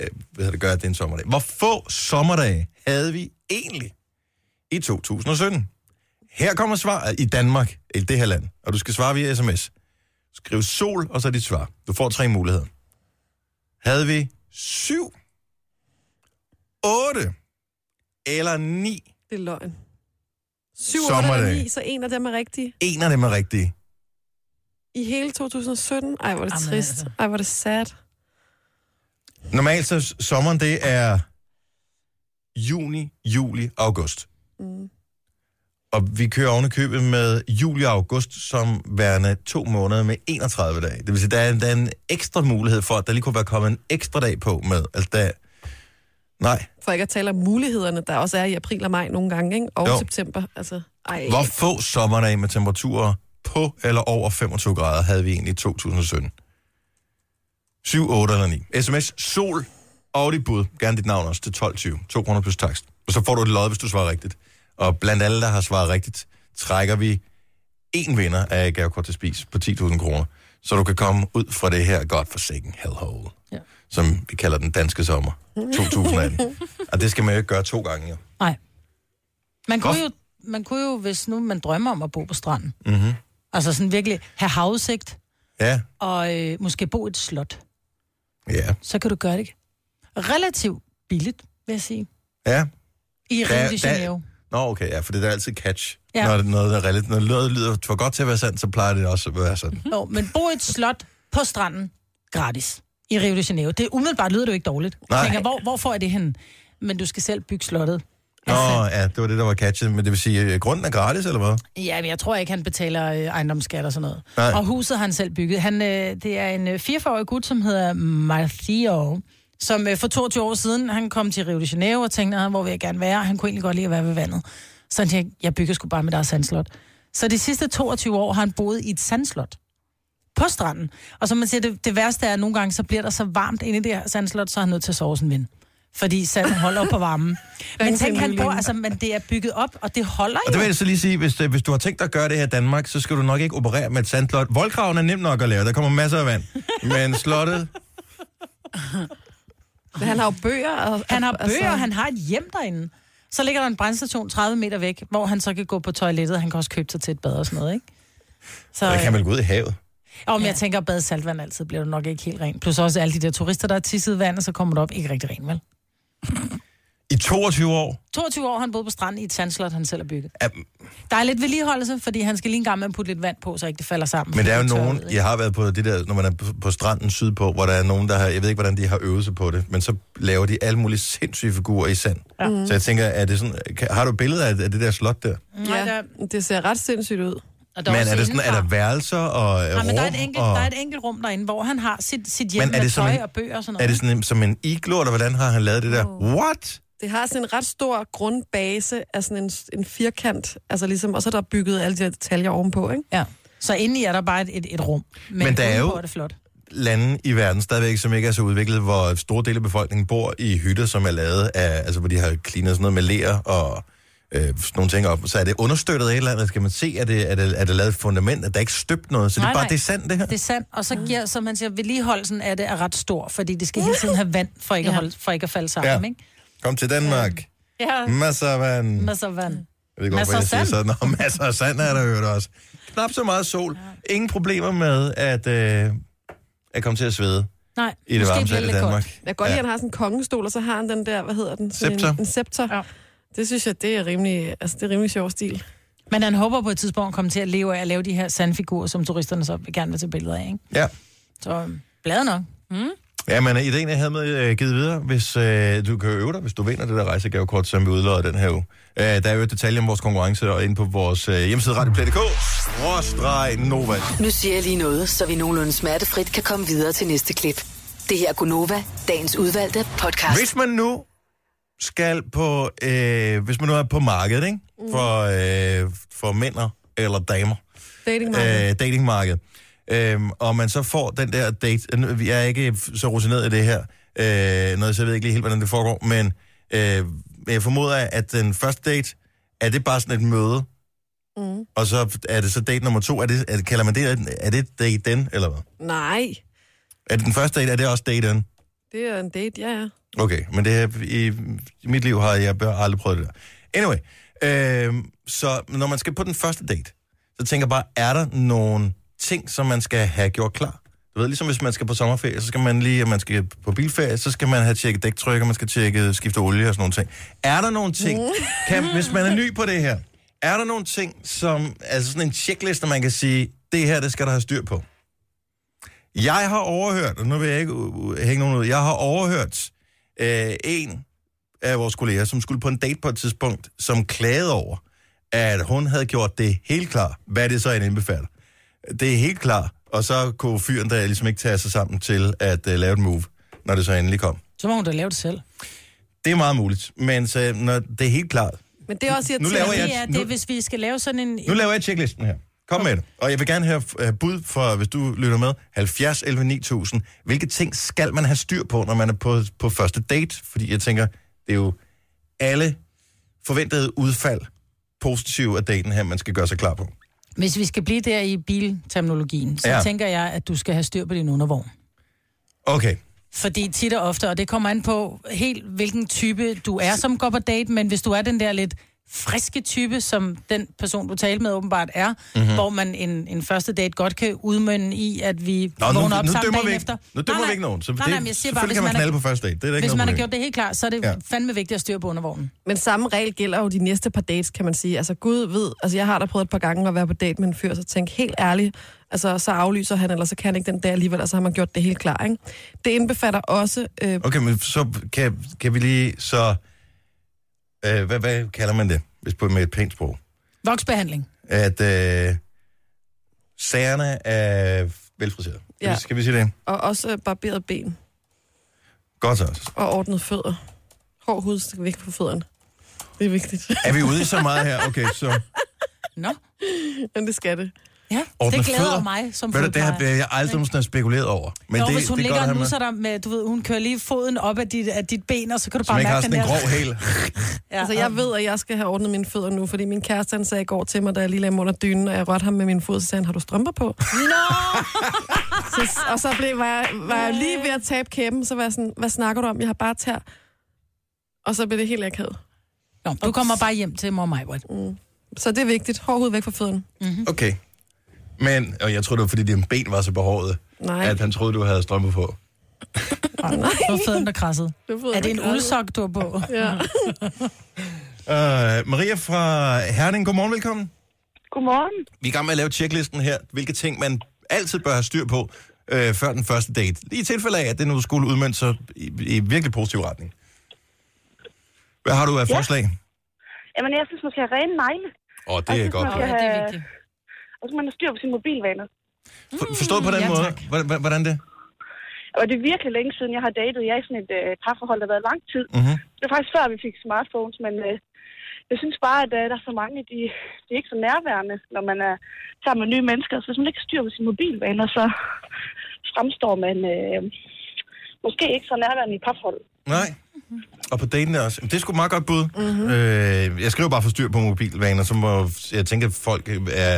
Speaker 1: øh, hvad det gør, at det er en sommerdag. Hvor få sommerdage havde vi egentlig i 2017? Her kommer svar i Danmark, i det her land, og du skal svare via sms. skriv sol, og så dit svar. Du får tre muligheder. Havde vi 7, 8 eller 9,
Speaker 4: Det er løgn. 7, 8
Speaker 1: Sommerdag.
Speaker 4: eller 9, så en af dem er rigtig.
Speaker 1: en af dem er rigtige.
Speaker 4: I hele 2017. Ej, hvor er det
Speaker 2: Jamen,
Speaker 4: trist.
Speaker 2: altså.
Speaker 4: Ej, hvor er det sad.
Speaker 1: Normalt så s- sommeren, det er juni, juli, august.
Speaker 4: Mm.
Speaker 1: Og vi kører oven i købet med juli og august som værende to måneder med 31 dage. Det vil sige, der er, der er en ekstra mulighed for, at der lige kunne være kommet en ekstra dag på med. Altså, der... Nej,
Speaker 4: For ikke at tale om mulighederne, der også er i april og maj nogle gange, ikke? Og
Speaker 1: Jo.
Speaker 4: jo. september. Altså, ej.
Speaker 1: hvor få sommerdage med temperaturer på eller over 25 grader havde vi egentlig i 2017? 7, 8 eller 9. SMS SOL og dit bud. Gerne dit navn også til 1220. 2 kroner plus takst. Og så får du et lod, hvis du svarer rigtigt. Og blandt alle, der har svaret rigtigt, trækker vi en vinder af et gavekort til spis på 10.000 kroner. Så du kan komme ud fra det her godt for sikken hellhole. Ja. Som vi kalder den danske sommer. 2018. og det skal man jo ikke gøre to gange, jo.
Speaker 3: Nej. Man kunne,
Speaker 1: Hvorfor?
Speaker 3: jo, man kunne jo, hvis nu man drømmer om at bo på stranden, mm-hmm. altså sådan virkelig have havudsigt
Speaker 1: Ja,
Speaker 3: og øh, måske bo i et slot,
Speaker 1: ja,
Speaker 3: så kan du gøre det relativt billigt, vil jeg sige.
Speaker 1: ja.
Speaker 3: I
Speaker 1: Der-
Speaker 3: Rio de
Speaker 1: der-
Speaker 3: Janeiro.
Speaker 1: Nå, okay, ja, for det er altid catch. Ja.
Speaker 3: Ja.
Speaker 1: Når, det- noget, der er relativt, når noget lyder for godt til at være sandt, så plejer det også at være sådan.
Speaker 3: Jo, men bo i et slot på stranden gratis i Rio de Janeiro. Det umiddelbart lyder det jo ikke dårligt.
Speaker 1: Nej.
Speaker 3: Jeg tænker, hvor, hvorfor er det henne? Men du skal selv bygge slottet.
Speaker 1: Nå,
Speaker 3: Altså.
Speaker 1: ja, det var det, der var catchet. Men det vil sige, at grunden er gratis, eller hvad?
Speaker 3: Ja, men jeg tror ikke, han betaler øh, ejendomsskat og sådan noget.
Speaker 1: Nej.
Speaker 3: Og huset har han selv bygget. Han, øh, det er en øh, 44-årig gut, som hedder Marcio, som øh, for 22 år siden, han kom til Rio de Janeiro og tænkte, "Ah, hvor vil jeg gerne være? Han kunne egentlig godt lide at være ved vandet. Så han tænkte, jeg bygger sgu bare mit eget sandslot. Så de sidste 22 år har han boet i et sandslot på stranden. Og som man siger, det, det værste er, at nogle gange så bliver der så varmt inde i det her sandslot, så er han nødt til at sove sådan vind. Fordi sandet holder op på varmen. men tænk, han bor, altså, men det er bygget op, og det holder
Speaker 1: Og
Speaker 3: jo.
Speaker 1: det vil jeg så lige sige, hvis, det, hvis du har tænkt dig at gøre det her i Danmark, så skal du nok ikke operere med et sandslot. Voldgraven er nem nok at lave, der kommer masser af vand. Men slottet,
Speaker 4: Men han har jo bøger. Og,
Speaker 3: Han har
Speaker 4: altså-
Speaker 3: bøger, altså... han har et hjem derinde. Så ligger der en brandstation 30 meter væk, hvor han så kan gå på toilettet. Han kan også købe sig til et bad og sådan noget, ikke? Så,
Speaker 1: der kan vel gå ud i havet.
Speaker 3: og om jeg tænker, at bad i saltvand altid bliver du nok ikke helt rent. Plus også alle de der turister, der har tisset i vand, og så kommer det op ikke rigtig rent, vel?
Speaker 1: I 22 år,
Speaker 3: 22 år har han boet på stranden i et sandslot, han selv har bygget.
Speaker 1: ja,
Speaker 3: Der er lidt vedligeholdelse, fordi han skal lige en gang med at putte lidt vand på, så ikke det falder sammen.
Speaker 1: men der er jo
Speaker 3: Det tørrer
Speaker 1: nogen,
Speaker 3: ud, ikke?
Speaker 1: jeg har været på det der, når man er på- på stranden sydpå, hvor der er nogen, der har, jeg ved ikke, hvordan de har øvet sig på det, men så laver de alle mulige sindssyge figurer i sand. Ja. Så jeg tænker, er det sådan, kan- har du et billede af af det der slot der?
Speaker 3: Nej, der-
Speaker 4: Ja, det ser ret sindssygt ud.
Speaker 3: Og der
Speaker 1: Men
Speaker 3: også
Speaker 1: er det sådan, er
Speaker 3: indenfor.
Speaker 1: der værelser og øh,
Speaker 3: Nej,
Speaker 1: rum?
Speaker 3: men der er, et enkelt,
Speaker 1: og...
Speaker 3: der er et enkelt rum derinde, hvor han har sit, sit hjem
Speaker 1: Men er
Speaker 3: med
Speaker 1: det som
Speaker 3: tøj
Speaker 1: en-
Speaker 3: og bøger og sådan noget.
Speaker 1: Er det sådan en, som en iglo, eller hvordan har han lavet det der? What?
Speaker 4: Det har sådan en ret stor grundbase af sådan en, en firkant, altså ligesom, og så er der bygget alle de her detaljer ovenpå, ikke?
Speaker 3: Ja. Så indeni er der bare et, et, et rum. Men,
Speaker 1: Men der er
Speaker 3: udenpå
Speaker 1: jo-
Speaker 3: Er det flot.
Speaker 1: Lande i verden stadigvæk, som ikke er så udviklet, hvor store dele af befolkningen bor i hytter, som er lavet af, altså hvor de har klinet sådan noget med ler og øh, sådan nogle ting op. Så er det understøttet af et eller andet? Skal man se, at det, er det, er det lavet et fundament, at der er ikke støbt noget? Så nej, det
Speaker 3: Nej,
Speaker 1: er bare,
Speaker 3: nej.
Speaker 1: det er sandt det her?
Speaker 3: Det er sandt. Og så giver, som man siger, vedligeholdelsen af det er ret stor, fordi det skal hele tiden have vand, for ikke, at, holde, for ikke at falde sammen,
Speaker 1: Ja.
Speaker 3: ja. ikke?
Speaker 1: Kom til Danmark.
Speaker 3: Ja.
Speaker 1: Masser af vand.
Speaker 3: Masser af vand.
Speaker 1: Jeg ved godt,
Speaker 3: Masser
Speaker 1: hvad jeg
Speaker 3: af
Speaker 1: siger
Speaker 3: sand.
Speaker 1: sådan. Og masser af sand er der jo også. Knap så meget sol. Ingen problemer med at, øh, at komme til at svede
Speaker 3: Nej,
Speaker 1: i det
Speaker 3: måske
Speaker 1: varme
Speaker 3: bliver
Speaker 1: sand i
Speaker 3: lidt
Speaker 1: Danmark.
Speaker 3: koldt.
Speaker 4: Jeg kan godt
Speaker 1: Ja.
Speaker 4: lide, at han har sådan en kongestol, og så har han den der, hvad hedder den? Sådan
Speaker 1: Scepter.
Speaker 4: En, en scepter.
Speaker 3: Ja.
Speaker 4: Ja. Det synes jeg, det er rimelig, altså det er rimelig sjov stil.
Speaker 3: Men han håber på et tidspunkt at komme til at leve af at lave de her sandfigurer, som turisterne så vil gerne vil tage billeder af, ikke?
Speaker 1: Ja.
Speaker 3: Så øhm, bladet nok.
Speaker 1: Ja, men øh, ideen jeg havde med øh, givet videre, hvis øh, du kan øve dig, hvis du vinder det der rejsegavekort, som vi udlodder den her uge. Øh, der er jo et detalje om vores konkurrence, og inde på vores øh, hjemmeside radioplay.dk, skråstreg Nova.
Speaker 5: Nu siger jeg lige noget, så vi nogenlunde smertefrit kan komme videre til næste klip. Det her er Gunova, dagens udvalgte podcast.
Speaker 1: Hvis man nu skal på, øh, hvis man nu er på markedet, ikke? For, øh, for mænd eller damer,
Speaker 4: Dating øh,
Speaker 1: øh, datingmarkedet. Øhm, og man så får den der date, nu, jeg er ikke så rutineret i det her, øh, noget, så jeg ved ikke lige helt, hvordan det foregår, men øh, men jeg formoder, at den første date, er det bare sådan et møde, mm. og så er det så date nummer to, er det, er, kalder man det, er det date den, eller hvad?
Speaker 4: Nej,
Speaker 1: Er det den første date, er det også date den?
Speaker 4: det er en date, ja, ja.
Speaker 1: Okay, men det her, i, i mit liv har jeg bare aldrig prøvet det der. Anyway, øhm, øh, så når man skal på den første date, så tænker jeg bare, er der nogle ting, som man skal have gjort klar. Du ved, ligesom hvis man skal på sommerferie, så skal man lige, at man skal på bilferie, så skal man have tjekket dæktrykker, man skal tjekke skifte olie og sådan nogle ting. Er der nogle ting, kan, hvis man er ny på det her, er der nogle ting, som, altså sådan en checkliste, man kan sige, det her, det skal der have styr på? Jeg har overhørt, og nu vil jeg ikke uh, hænge nogen ud, jeg har overhørt øh, en af vores kolleger, som skulle på en date på et tidspunkt, som klagede over, at hun havde gjort det helt klar, hvad det så end indbefatter. Det er helt klar, og så kunne fyren der ligesom ikke tage sig sammen til at uh, lave et move, når det så endelig kom.
Speaker 3: Så må hun da lave det selv.
Speaker 1: Det er meget muligt, men så, når det er helt klart.
Speaker 4: Men det er også irriterende.
Speaker 1: laver jeg-
Speaker 3: Det er det,
Speaker 1: nu-
Speaker 3: hvis vi skal lave sådan en...
Speaker 1: Nu laver jeg checklisten her. Kom med det. Og jeg vil gerne have øh, bud for, hvis du lytter med, 70 11 9000. Hvilke ting skal man have styr på, når man er på, på første date? Fordi jeg tænker, det er jo alle forventede udfald positive af daten her, man skal gøre sig klar på.
Speaker 3: Hvis vi skal blive der i bilterminologien, så
Speaker 1: Ja.
Speaker 3: ja. tænker jeg, at du skal have styr på din undervogn.
Speaker 1: Okay.
Speaker 3: Fordi tit og ofte, og det kommer an på helt, hvilken type du er, som går på date, men hvis du er den der lidt friske type, som den person, du talte med åbenbart er,
Speaker 1: Mhm.
Speaker 3: mm-hmm. hvor man en, en første date godt kan udmønde i, at vi
Speaker 1: Nå, nu,
Speaker 3: vågner op
Speaker 1: nu
Speaker 3: sammen
Speaker 1: dømmer
Speaker 3: dagen
Speaker 1: vi ikke,
Speaker 3: efter.
Speaker 1: nu dømmer
Speaker 3: nej,
Speaker 1: vi ikke nogen. Så
Speaker 3: nej,
Speaker 1: det,
Speaker 3: nej, men jeg siger bare,
Speaker 1: selvfølgelig
Speaker 3: hvis
Speaker 1: kan man
Speaker 3: man,
Speaker 1: knalde
Speaker 3: er,
Speaker 1: på første date. Det er da ikke
Speaker 3: hvis
Speaker 1: noget
Speaker 3: man har
Speaker 1: problem.
Speaker 3: gjort det helt klart, så er det
Speaker 1: Ja.
Speaker 3: ja. fandme vigtigt at styre på undervognen.
Speaker 4: Men samme regel gælder jo de næste par dates, kan man sige. Altså Gud ved, altså jeg har da prøvet et par gange at være på date med en fyr, så tænk helt ærligt, altså så aflyser han, eller så kan han ikke den dag alligevel, og så har man gjort det helt klar, ikke? Det indbefatter også, øh,
Speaker 1: Okay, men så kan, kan vi lige så... Øh, hvad, hvad kalder man det, hvis på med et pænt sprog?
Speaker 3: Voksbehandling.
Speaker 1: At øh, sagerne er velfriseret. Ja.
Speaker 4: Ja.
Speaker 1: Skal vi sige det?
Speaker 4: og også øh, barberet ben
Speaker 1: Godt så.
Speaker 4: og ordnet fødder. Hård hud skal væk fra fødderne. Det er vigtigt.
Speaker 1: Er vi ude i så meget her? Okay, så...
Speaker 3: Nå,
Speaker 4: Men det skal det.
Speaker 3: ja,
Speaker 1: Ordne
Speaker 3: det glæder
Speaker 1: fødder.
Speaker 3: jo mig som
Speaker 1: Ved du, det her bliver
Speaker 3: fodplejer.
Speaker 1: jeg aldrig nogensinde har spekuleret over. Men
Speaker 3: Nå,
Speaker 1: det,
Speaker 3: hvis hun
Speaker 1: det er
Speaker 3: ligger
Speaker 1: godt,
Speaker 3: og
Speaker 1: at have
Speaker 3: nusser dig med, du ved, hun kører lige foden op af dit, af dit ben, og så kan du
Speaker 1: med, som
Speaker 3: bare
Speaker 1: ikke har
Speaker 3: mærke den
Speaker 1: sådan en
Speaker 3: der...
Speaker 1: grov hæl.
Speaker 3: Ja,
Speaker 4: Altså, jeg ved, at jeg skal have ordnet mine fødder nu, fordi min kæreste han sagde i går til mig, da jeg lige lagde mig under dynen, og jeg rørte ham med min fod, så sagde han, har du strømper på? så, og så blev, var, jeg, var jeg lige ved at tabe kæben, så var jeg sådan, hvad snakker du om? Jeg har bare tær. Og så blev det helt akavet.
Speaker 3: Nå, du kommer bare hjem til mor og mig, Britt.
Speaker 4: Mm, Så det er vigtigt. Hård hud væk fra fødderne.
Speaker 1: Okay. Men, og jeg tror, det var, fordi dine ben var så behåret,
Speaker 4: Nej.
Speaker 1: at han troede, du havde strømpe på.
Speaker 3: Det var fødderne, der krassede.
Speaker 4: fødderne,
Speaker 3: Er det en
Speaker 4: der krassede.
Speaker 3: uldsok, du har på?
Speaker 4: Ja.
Speaker 1: Uh, Maria fra Herning, godmorgen, velkommen.
Speaker 9: Godmorgen.
Speaker 1: Vi er i gang med at lave checklisten her. Hvilke ting, man altid bør have styr på øh, før den første date. I tilfælde af, at det nu skulle udmønte sig i, i virkelig positiv retning. Hvad har du af
Speaker 9: Ja.
Speaker 1: forslag?
Speaker 9: Jamen, jeg synes, man skal have rene negle.
Speaker 1: Åh, oh,
Speaker 9: Og
Speaker 1: det er
Speaker 9: så
Speaker 1: godt.
Speaker 9: skal
Speaker 3: Ja,
Speaker 9: man-
Speaker 1: godt.
Speaker 2: Øh.
Speaker 3: det er vigtigt.
Speaker 9: Og så skal man have styr på sine mobilvaner.
Speaker 1: For, forstået på den
Speaker 3: ja,
Speaker 1: måde?
Speaker 3: tak.
Speaker 1: Hvordan- hvordan- Hvordan det?
Speaker 9: Og det er virkelig længe siden, jeg har datet. Jeg er i sådan et øh, parforhold, der har været lang tid.
Speaker 1: Mhm.
Speaker 9: Det var faktisk før, vi fik smartphones, men øh, jeg synes bare, at øh, der er så mange, de, de er ikke så nærværende, når man er sammen med nye mennesker. Så hvis man ikke styrer på sine mobilvaner, så fremstår man øh, måske ikke så nærværende i et parforhold.
Speaker 1: Nej. Og på daten også. Det er sgu et meget godt bud.
Speaker 9: Mhm.
Speaker 1: Mm-hmm. Øh, jeg skriver bare for styr på mobilvaner, så må jeg tænke, at folk er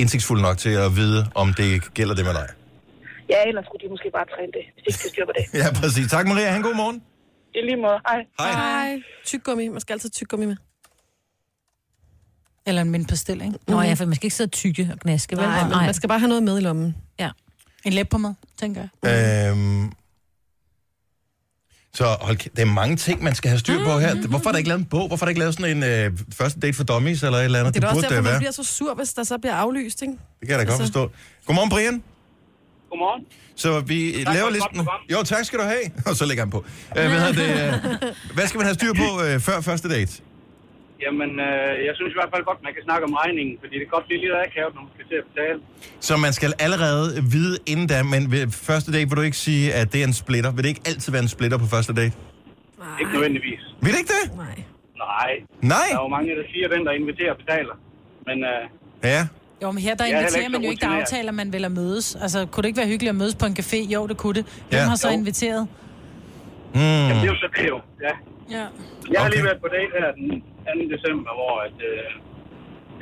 Speaker 1: indsigtsfulde nok til at vide, om det gælder det med dig.
Speaker 9: Ja, ellers skulle de måske bare træne det, hvis de ikke kan styre på det.
Speaker 1: Ja, præcis. Tak Maria. Ha' en god morgen.
Speaker 9: Det er lige måde. Hej.
Speaker 1: Hej.
Speaker 4: Hej. Tyggummi. Man skal altid have tyggummi med.
Speaker 3: Eller en mindpastil, ikke?
Speaker 2: Nå ja, for man skal ikke sidde og tykke og gnaske, vel?
Speaker 4: Nej, men man skal bare have noget med i lommen.
Speaker 2: Ja.
Speaker 3: En læb på mad, tænker jeg.
Speaker 1: Øhm, så hold, kæ- det er mange ting, man skal have styr på her.
Speaker 4: Mm-hmm.
Speaker 1: Hvorfor er der ikke lavet en bog? Hvorfor er der ikke lavet sådan en øh, første date for dummies eller et eller andet?
Speaker 4: Det er da også
Speaker 1: da
Speaker 4: derfor, man bliver så sur, hvis der så bliver aflyst, ikke?
Speaker 1: Det kan jeg da godt
Speaker 4: altså-
Speaker 1: forstå. Godmorgen, Brian.
Speaker 8: Godmorgen.
Speaker 1: Så vi tak
Speaker 8: for
Speaker 1: laver
Speaker 8: et godt
Speaker 1: listen.
Speaker 8: program.
Speaker 1: Jo, tak skal du have. Og så lægger han på. Øh, hvad, hedder det, øh, hvad skal man have styr på øh, før første date?
Speaker 8: Jamen, øh, jeg synes i hvert fald godt, man kan snakke om regningen, fordi det kan godt blive lidt akavet, når man skal til at betale.
Speaker 1: Så man skal allerede vide inden da, men ved første date vil du ikke sige, at det er en splitter. Vil det ikke altid være en splitter på første date?
Speaker 8: Ikke nødvendigvis.
Speaker 1: Vil det ikke det?
Speaker 4: Nej.
Speaker 8: Nej.
Speaker 1: Nej.
Speaker 8: Der er jo mange, der siger, hvem der inviterer og betaler. Men øh,
Speaker 1: Ja.
Speaker 3: Jo, men her der
Speaker 8: Jeg er heller
Speaker 3: inviterer
Speaker 8: ikke
Speaker 3: man
Speaker 8: så
Speaker 3: jo ikke, der
Speaker 8: rutineret.
Speaker 3: aftaler, man vil at mødes. Altså, kunne det ikke være hyggeligt at mødes på en café? Jo, det kunne det. Hvem
Speaker 1: Ja.
Speaker 3: har så
Speaker 8: Jo.
Speaker 3: inviteret?
Speaker 8: mm. det er jo så det jo. Ja.
Speaker 3: Ja.
Speaker 8: Jeg har lige
Speaker 1: Okay.
Speaker 8: været på date her den 2. december, hvor at, øh,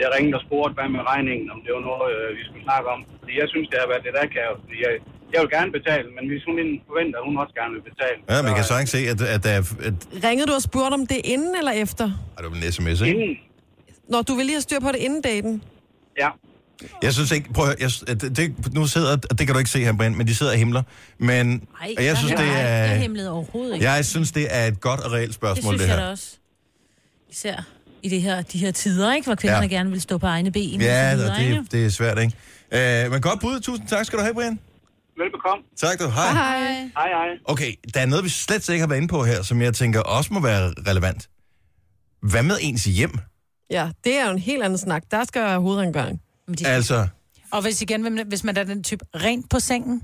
Speaker 8: jeg ringede og spurgte, hvad med regningen, om det var noget, øh, vi skulle snakke om. Fordi jeg synes, det har været lidt akavet. Fordi jeg, jeg vil gerne betale, men hvis hun inden forventer, at hun også gerne vil betale.
Speaker 1: Ja, men jeg kan
Speaker 8: så,
Speaker 1: så ikke se, at, at der er... At,
Speaker 4: Ringede du og spurgte om det inden eller efter?
Speaker 1: ej, det var en sms, ikke?
Speaker 8: øh, Inden,
Speaker 4: Når du vil lige have styr på det inden daten.
Speaker 8: ja.
Speaker 1: Jeg synes ikke, prøv at høre, jeg, s- det, det, nu sidder, og det kan du ikke se her, Brian, men de sidder og himler. Men
Speaker 2: Ej,
Speaker 1: og jeg synes, det
Speaker 2: Jeg
Speaker 1: er,
Speaker 2: hemmelighed overhovedet ikke.
Speaker 1: jeg synes, det er et godt og reelt
Speaker 2: det
Speaker 1: spørgsmål,
Speaker 2: synes
Speaker 1: det,
Speaker 2: jeg
Speaker 1: her.
Speaker 2: da også. Især i det her, de her tider, ikke? Hvor kvinderne
Speaker 1: Ja.
Speaker 2: ja. gerne vil stå på egne ben.
Speaker 1: Ja,
Speaker 2: og så
Speaker 1: det,
Speaker 2: videre, ikke?
Speaker 1: det, det er svært, ikke? Øh, men godt bud. Tusind tak skal du have, Brian.
Speaker 8: Velbekomme.
Speaker 1: Tak du. Hej.
Speaker 4: Hej.
Speaker 8: Hej, hej.
Speaker 1: Okay, der er noget, vi slet ikke har været inde på her, som jeg tænker også må være relevant. Hvad med ens hjem?
Speaker 4: Ja, det er jo en helt anden snak. Der skal jeg hovedrengøring.
Speaker 2: Men de,
Speaker 1: Altså,
Speaker 3: Og hvis igen, hvis man er den type rent på sengen,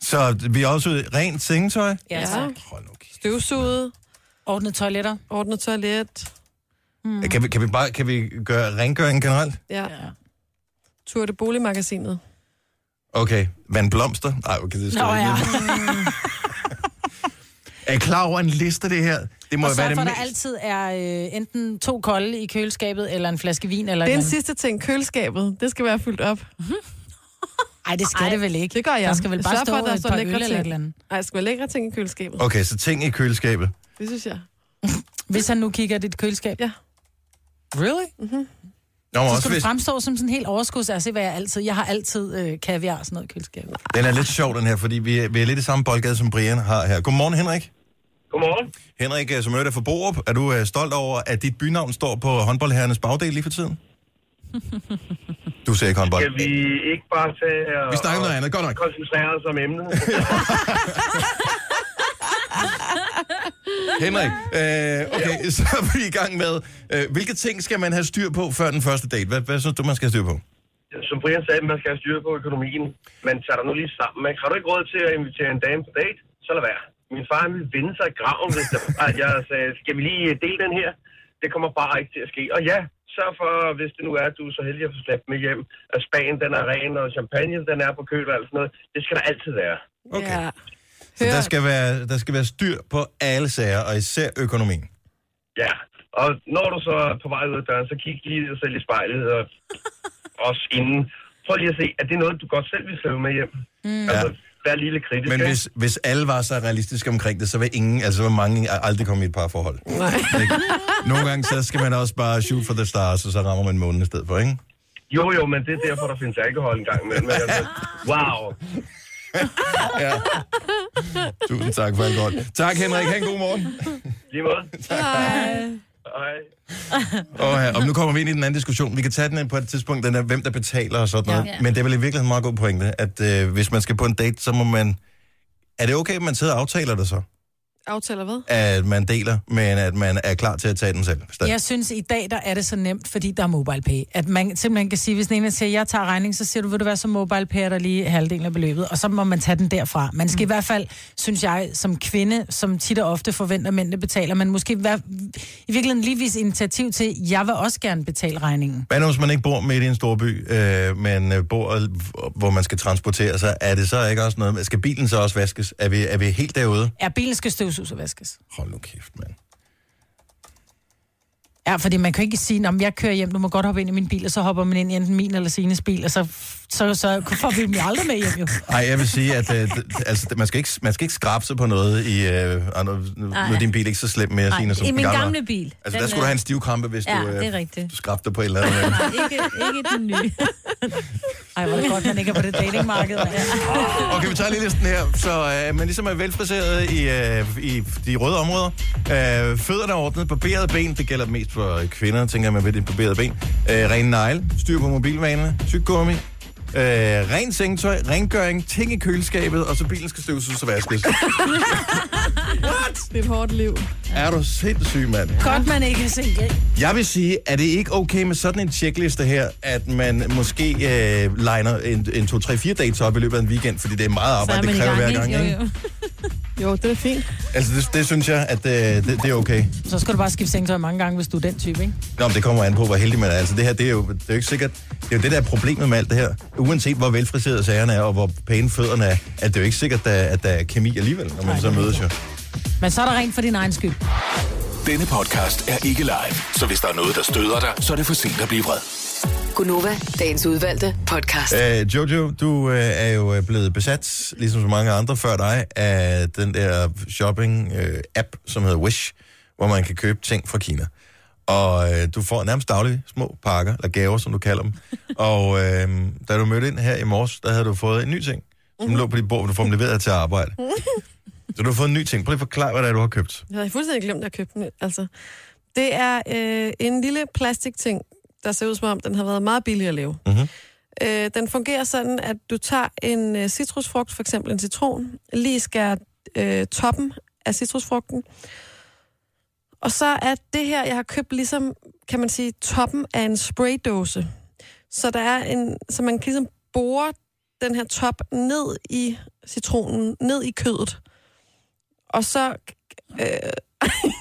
Speaker 1: så vi er også ude i rent sengetøj.
Speaker 3: ja,
Speaker 4: Ja.
Speaker 3: ja.
Speaker 1: Hold nu kæft.
Speaker 4: Støvsuget,
Speaker 3: ordnet toiletter,
Speaker 4: ordnet toilet,
Speaker 1: Kan vi, kan vi bare kan vi gøre rengøringen generelt?
Speaker 4: ja. Tur til boligmagasinet.
Speaker 1: Okay, Van Blomster. Nej, okay, det står
Speaker 3: Nå,
Speaker 1: ikke.
Speaker 3: ja.
Speaker 1: Er I klar over en liste, det her? Det må
Speaker 3: og
Speaker 1: jo være
Speaker 3: sørg
Speaker 1: det
Speaker 3: for, at
Speaker 1: mest...
Speaker 3: der altid er øh, enten to kolde i køleskabet, eller en flaske vin, eller
Speaker 4: Det er en
Speaker 3: noget.
Speaker 4: sidste ting. Køleskabet, det skal være fyldt op.
Speaker 3: Ej, det skal Ej, det vel ikke.
Speaker 4: Det gør jeg.
Speaker 3: Der skal vel bare
Speaker 4: Sørg
Speaker 3: stå
Speaker 4: for, at der
Speaker 3: et
Speaker 4: står
Speaker 3: par
Speaker 4: lækre
Speaker 3: øl eller
Speaker 4: ting.
Speaker 3: et eller andet.
Speaker 4: Ej, der skal være lækre ting i køleskabet.
Speaker 1: Okay, så ting i køleskabet.
Speaker 4: Det synes jeg.
Speaker 3: Hvis han nu kigger i dit køleskab.
Speaker 4: Ja.
Speaker 3: Really?
Speaker 1: Nå, men
Speaker 3: Så
Speaker 1: også
Speaker 3: skal du
Speaker 1: hvis...
Speaker 3: fremstå som sådan helt overskuds. Altså, hvad jeg altid... Jeg har altid øh, kaviar og sådan noget i køleskabet.
Speaker 1: Den er lidt sjov, den her, fordi vi er, vi er lidt i samme boldgade, som Brian har her. Godmorgen, Henrik.
Speaker 8: Godmorgen.
Speaker 1: Henrik, øh, som er fra Borup, er du øh, stolt over, at dit bynavn står på håndboldherrenes bagdel lige for tiden? Du ser ikke håndbold.
Speaker 8: Skal vi ikke bare tage og
Speaker 1: Vi snakker om noget andet, godt nok.
Speaker 8: koncentrere os om emnet?
Speaker 1: Henrik, øh, okay, så er vi i gang med, øh, hvilke ting skal man have styr på før den første date? Hvad, hvad synes du, man skal have styr på?
Speaker 8: Som Brian sagde, man skal have styr på økonomien. Man tager dig nu lige sammen. Man har du ikke råd til at invitere en dame på date, så lad være. Min far han ville vinde sig i graven, hvis der, at jeg sagde, skal vi lige øh, dele den her? Det kommer bare ikke til at ske. Og ja, sørg for, hvis det nu er, at du er så heldig at få slæbt med hjem, at Spanien den er ren, og champagne den er på køl og alt sådan noget. Det skal der altid være.
Speaker 1: Okay.
Speaker 4: Ja.
Speaker 1: Så der
Speaker 4: Hør.
Speaker 1: skal, være, der skal være styr på alle sager, og især økonomien.
Speaker 8: Ja, og når du så er på vej ud af døren, så kig lige dig selv i spejlet, og også inden. Prøv lige at se, er det noget, du godt selv vil slæve med hjem? Mm. Altså, vær lige lidt kritisk.
Speaker 1: Men
Speaker 8: ikke?
Speaker 1: hvis, hvis alle var så realistiske omkring det, så vil ingen, altså vil mange aldrig komme i et parforhold. Nej. Ikke? Nogle gange så skal man også bare shoot for the stars, og så rammer man månen i stedet for, ikke?
Speaker 8: Jo, jo, men det er derfor, der findes alkohol en gang imellem. Men altså, wow.
Speaker 1: Tusind tak for alt godt. Tak Henrik, ha' en god morgen.
Speaker 8: Lige måde.
Speaker 4: Hej.
Speaker 8: Hej.
Speaker 1: Og, ja, og nu kommer vi ind i den anden diskussion. Vi kan tage den ind på et tidspunkt, den der, hvem der betaler og sådan noget. Ja.
Speaker 2: Ja.
Speaker 1: Men det er vel i virkeligheden en meget god pointe, at øh, hvis man skal på en date, så må man... Er det okay, at man sidder og aftaler det så?
Speaker 4: Aftaler hvad?
Speaker 1: At man deler, men at man er klar til at tage den selv?
Speaker 3: Ja.
Speaker 1: stadig?
Speaker 3: Jeg synes, i dag der er det så nemt, fordi der er MobilePay. At man simpelthen kan sige, hvis den ene siger, jeg tager regningen, så siger du, vil du være så MobilePay, er der lige halvdelen af beløbet, og så må man tage den derfra. Man skal mm. i hvert fald, synes jeg, som kvinde, som tit og ofte forventer, at mændene betaler, man måske være, i virkeligheden lige vise initiativ til, jeg vil også gerne betale regningen.
Speaker 1: Hvad nu, hvis man ikke bor midt i en stor by, øh, men øh, bor, øh, hvor man skal transportere sig? Er det så ikke også noget med, skal bilen så også vaskes? Er vi, er vi helt derude?
Speaker 3: Ja, bilen skal støvsuges og vaskes.
Speaker 1: Hold nu kæft, mand.
Speaker 3: Ja, fordi man kan ikke sige, om jeg kører hjem, du må godt hoppe ind i min bil, og så hopper man ind i enten min eller Sines bil, og så, så, så får vi dem jo aldrig med hjem, jo.
Speaker 1: Nej, jeg vil sige, at øh, d- altså, man, skal ikke, man skal ikke skrabe sig på noget i... Øh, og nu, nu nu er din bil ikke så slem mere,
Speaker 2: nej,
Speaker 1: Signe, som
Speaker 2: i
Speaker 1: den
Speaker 2: min
Speaker 1: var.
Speaker 2: gamle bil.
Speaker 1: Altså,
Speaker 2: Den
Speaker 1: der skulle
Speaker 2: er-
Speaker 1: du have en stivkrampe, hvis
Speaker 2: Ja,
Speaker 1: du, øh,
Speaker 2: det er rigtigt.
Speaker 1: du skrabte dig på et eller andet.
Speaker 2: Nej, ikke, ikke den nye.
Speaker 3: Ej, hvor er det godt, man ikke er på det datingmarked. mand.
Speaker 1: Okay, vi tager lige listen her. Så øh, man ligesom er velfriseret i, øh, i de røde områder. Øh, fødderne er ordnet, barberede ben, det gælder mest for kvinder, tænker man ved det barberede ben. Øh, ren negle, styr på mobilvanerne, tyggegummi, øh, ren sengetøj, rengøring, ting i køleskabet, og så bilen skal støves og vaskes.
Speaker 4: Det er et hårdt liv.
Speaker 1: er du sindssyg, mand?
Speaker 3: Godt, man ikke er single.
Speaker 1: Jeg vil sige, er det ikke okay med sådan en checkliste her, at man måske øh, liner en, en 2-3-4 dates op i løbet af en weekend, fordi det er meget
Speaker 2: Så er
Speaker 1: arbejde,
Speaker 2: man
Speaker 1: det
Speaker 2: i
Speaker 1: kræver
Speaker 2: gang,
Speaker 1: hver
Speaker 2: ikke?
Speaker 1: gang.
Speaker 2: Jo,
Speaker 1: Ikke?
Speaker 2: jo.
Speaker 4: Jo, det er fint.
Speaker 1: Altså, det, det synes jeg, at øh, det, det er okay.
Speaker 3: Så skal du bare skifte sengetøj mange gange, hvis du er den type, ikke?
Speaker 1: Nå, men det kommer an på, hvor heldig man er. Altså, det her, det er jo, det er jo ikke sikkert. Det er jo det, der er problemet med alt det her. Uanset hvor velfriseret sagerne er, og hvor pæne fødderne er, at det er jo ikke sikkert, der, at der er kemi alligevel, når man så mødes jo.
Speaker 3: Men så er der rent for din egen skyld.
Speaker 6: Denne podcast er ikke live, så hvis der er noget, der støder dig, så er det for sent at blive vred.
Speaker 5: Gunova, dagens udvalgte podcast.
Speaker 1: Øh, Jojo, du øh, er jo øh, blevet besat, ligesom så mange andre før dig, af øh, den der shopping-app, som hedder Wish, hvor man kan købe ting fra Kina. Og øh, du får nærmest daglige små pakker, eller gaver, som du kalder dem. og øh, da du mødte ind her i morges, der havde du fået en ny ting, som
Speaker 3: Mhm.
Speaker 1: lå på dit bord, hvor du får dem leveret her til arbejde. så du har fået en ny ting. Prøv lige at forklare, hvad det er, du har købt.
Speaker 4: Jeg havde fuldstændig glemt at købe den. Altså, det er øh, en lille plastikting, der ser ud som om, den har været meget billig at lave.
Speaker 1: Mhm.
Speaker 4: Øh, den fungerer sådan, at du tager en øh, citrusfrugt, for eksempel en citron, lige skærer øh, toppen af citrusfrugten, og så er det her, jeg har købt ligesom, kan man sige, toppen af en spraydåse. Så der er en, så man kan ligesom bore den her top ned i citronen, ned i kødet. Og så øh,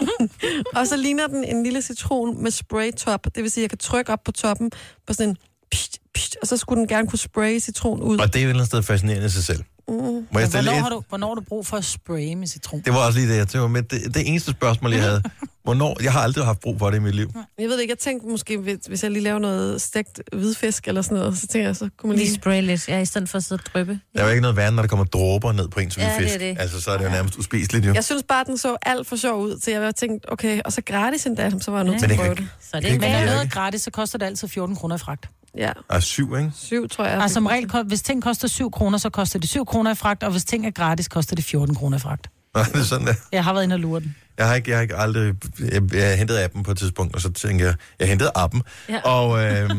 Speaker 4: og så ligner den en lille citron med spraytop. Det vil sige, at jeg kan trykke op på toppen på sådan en pst, pst, og så skulle den gerne kunne spraye citron ud.
Speaker 1: Og det er jo et eller andet sted fascinerende i sig selv.
Speaker 4: Mm.
Speaker 1: Må jeg stille
Speaker 3: Mm. Hvornår
Speaker 1: et?
Speaker 3: har, du, hvornår har du brug for at spraye med citron?
Speaker 1: Det var også lige det, jeg tænkte med. Det, det eneste spørgsmål, jeg havde. Hvornår? Jeg har aldrig haft brug for det i mit liv.
Speaker 4: Jeg ved det ikke, jeg tænkte måske, hvis- hvis jeg lige laver noget stegt hvidfisk eller sådan noget, så tænker jeg, så kunne man
Speaker 2: Lige
Speaker 4: lige...
Speaker 2: spray lidt, ja, i stedet for at sidde og dryppe.
Speaker 1: Der er jo ikke noget værre, når der kommer dråber ned på en som
Speaker 2: Ja,
Speaker 1: en
Speaker 2: det er
Speaker 1: fisk.
Speaker 2: det.
Speaker 1: Altså, så er det jo nærmest uspiseligt, jo.
Speaker 4: Jeg synes bare, den så alt for sjov ud, så jeg var tænkt, okay, og så gratis endda, så var jeg nødt
Speaker 2: Ja.
Speaker 4: til
Speaker 1: Men
Speaker 4: at
Speaker 1: det
Speaker 4: prøve
Speaker 1: kan-
Speaker 4: det.
Speaker 2: Så det
Speaker 1: Det
Speaker 2: er
Speaker 1: er
Speaker 2: ikke
Speaker 1: ikke
Speaker 3: Hvad er
Speaker 1: Ja,
Speaker 2: værd.
Speaker 3: noget gratis, så koster det altid 14 kroner i fragt.
Speaker 4: Ja,
Speaker 1: Der er syv, ikke?
Speaker 4: syv, tror jeg.
Speaker 3: Og Ah, som regel, ko- hvis ting koster 7 kroner, så koster det 7 kroner i fragt, og hvis ting er gratis, koster det 14 kroner i fragt.
Speaker 1: Nå, det er sådan der.
Speaker 3: Jeg har været inde og lure den.
Speaker 1: Jeg har ikke, jeg har ikke aldrig... Jeg, jeg hentede appen på et tidspunkt, og så tænkte jeg... Jeg hentede appen, ja.
Speaker 2: Ja.
Speaker 1: og... Øh,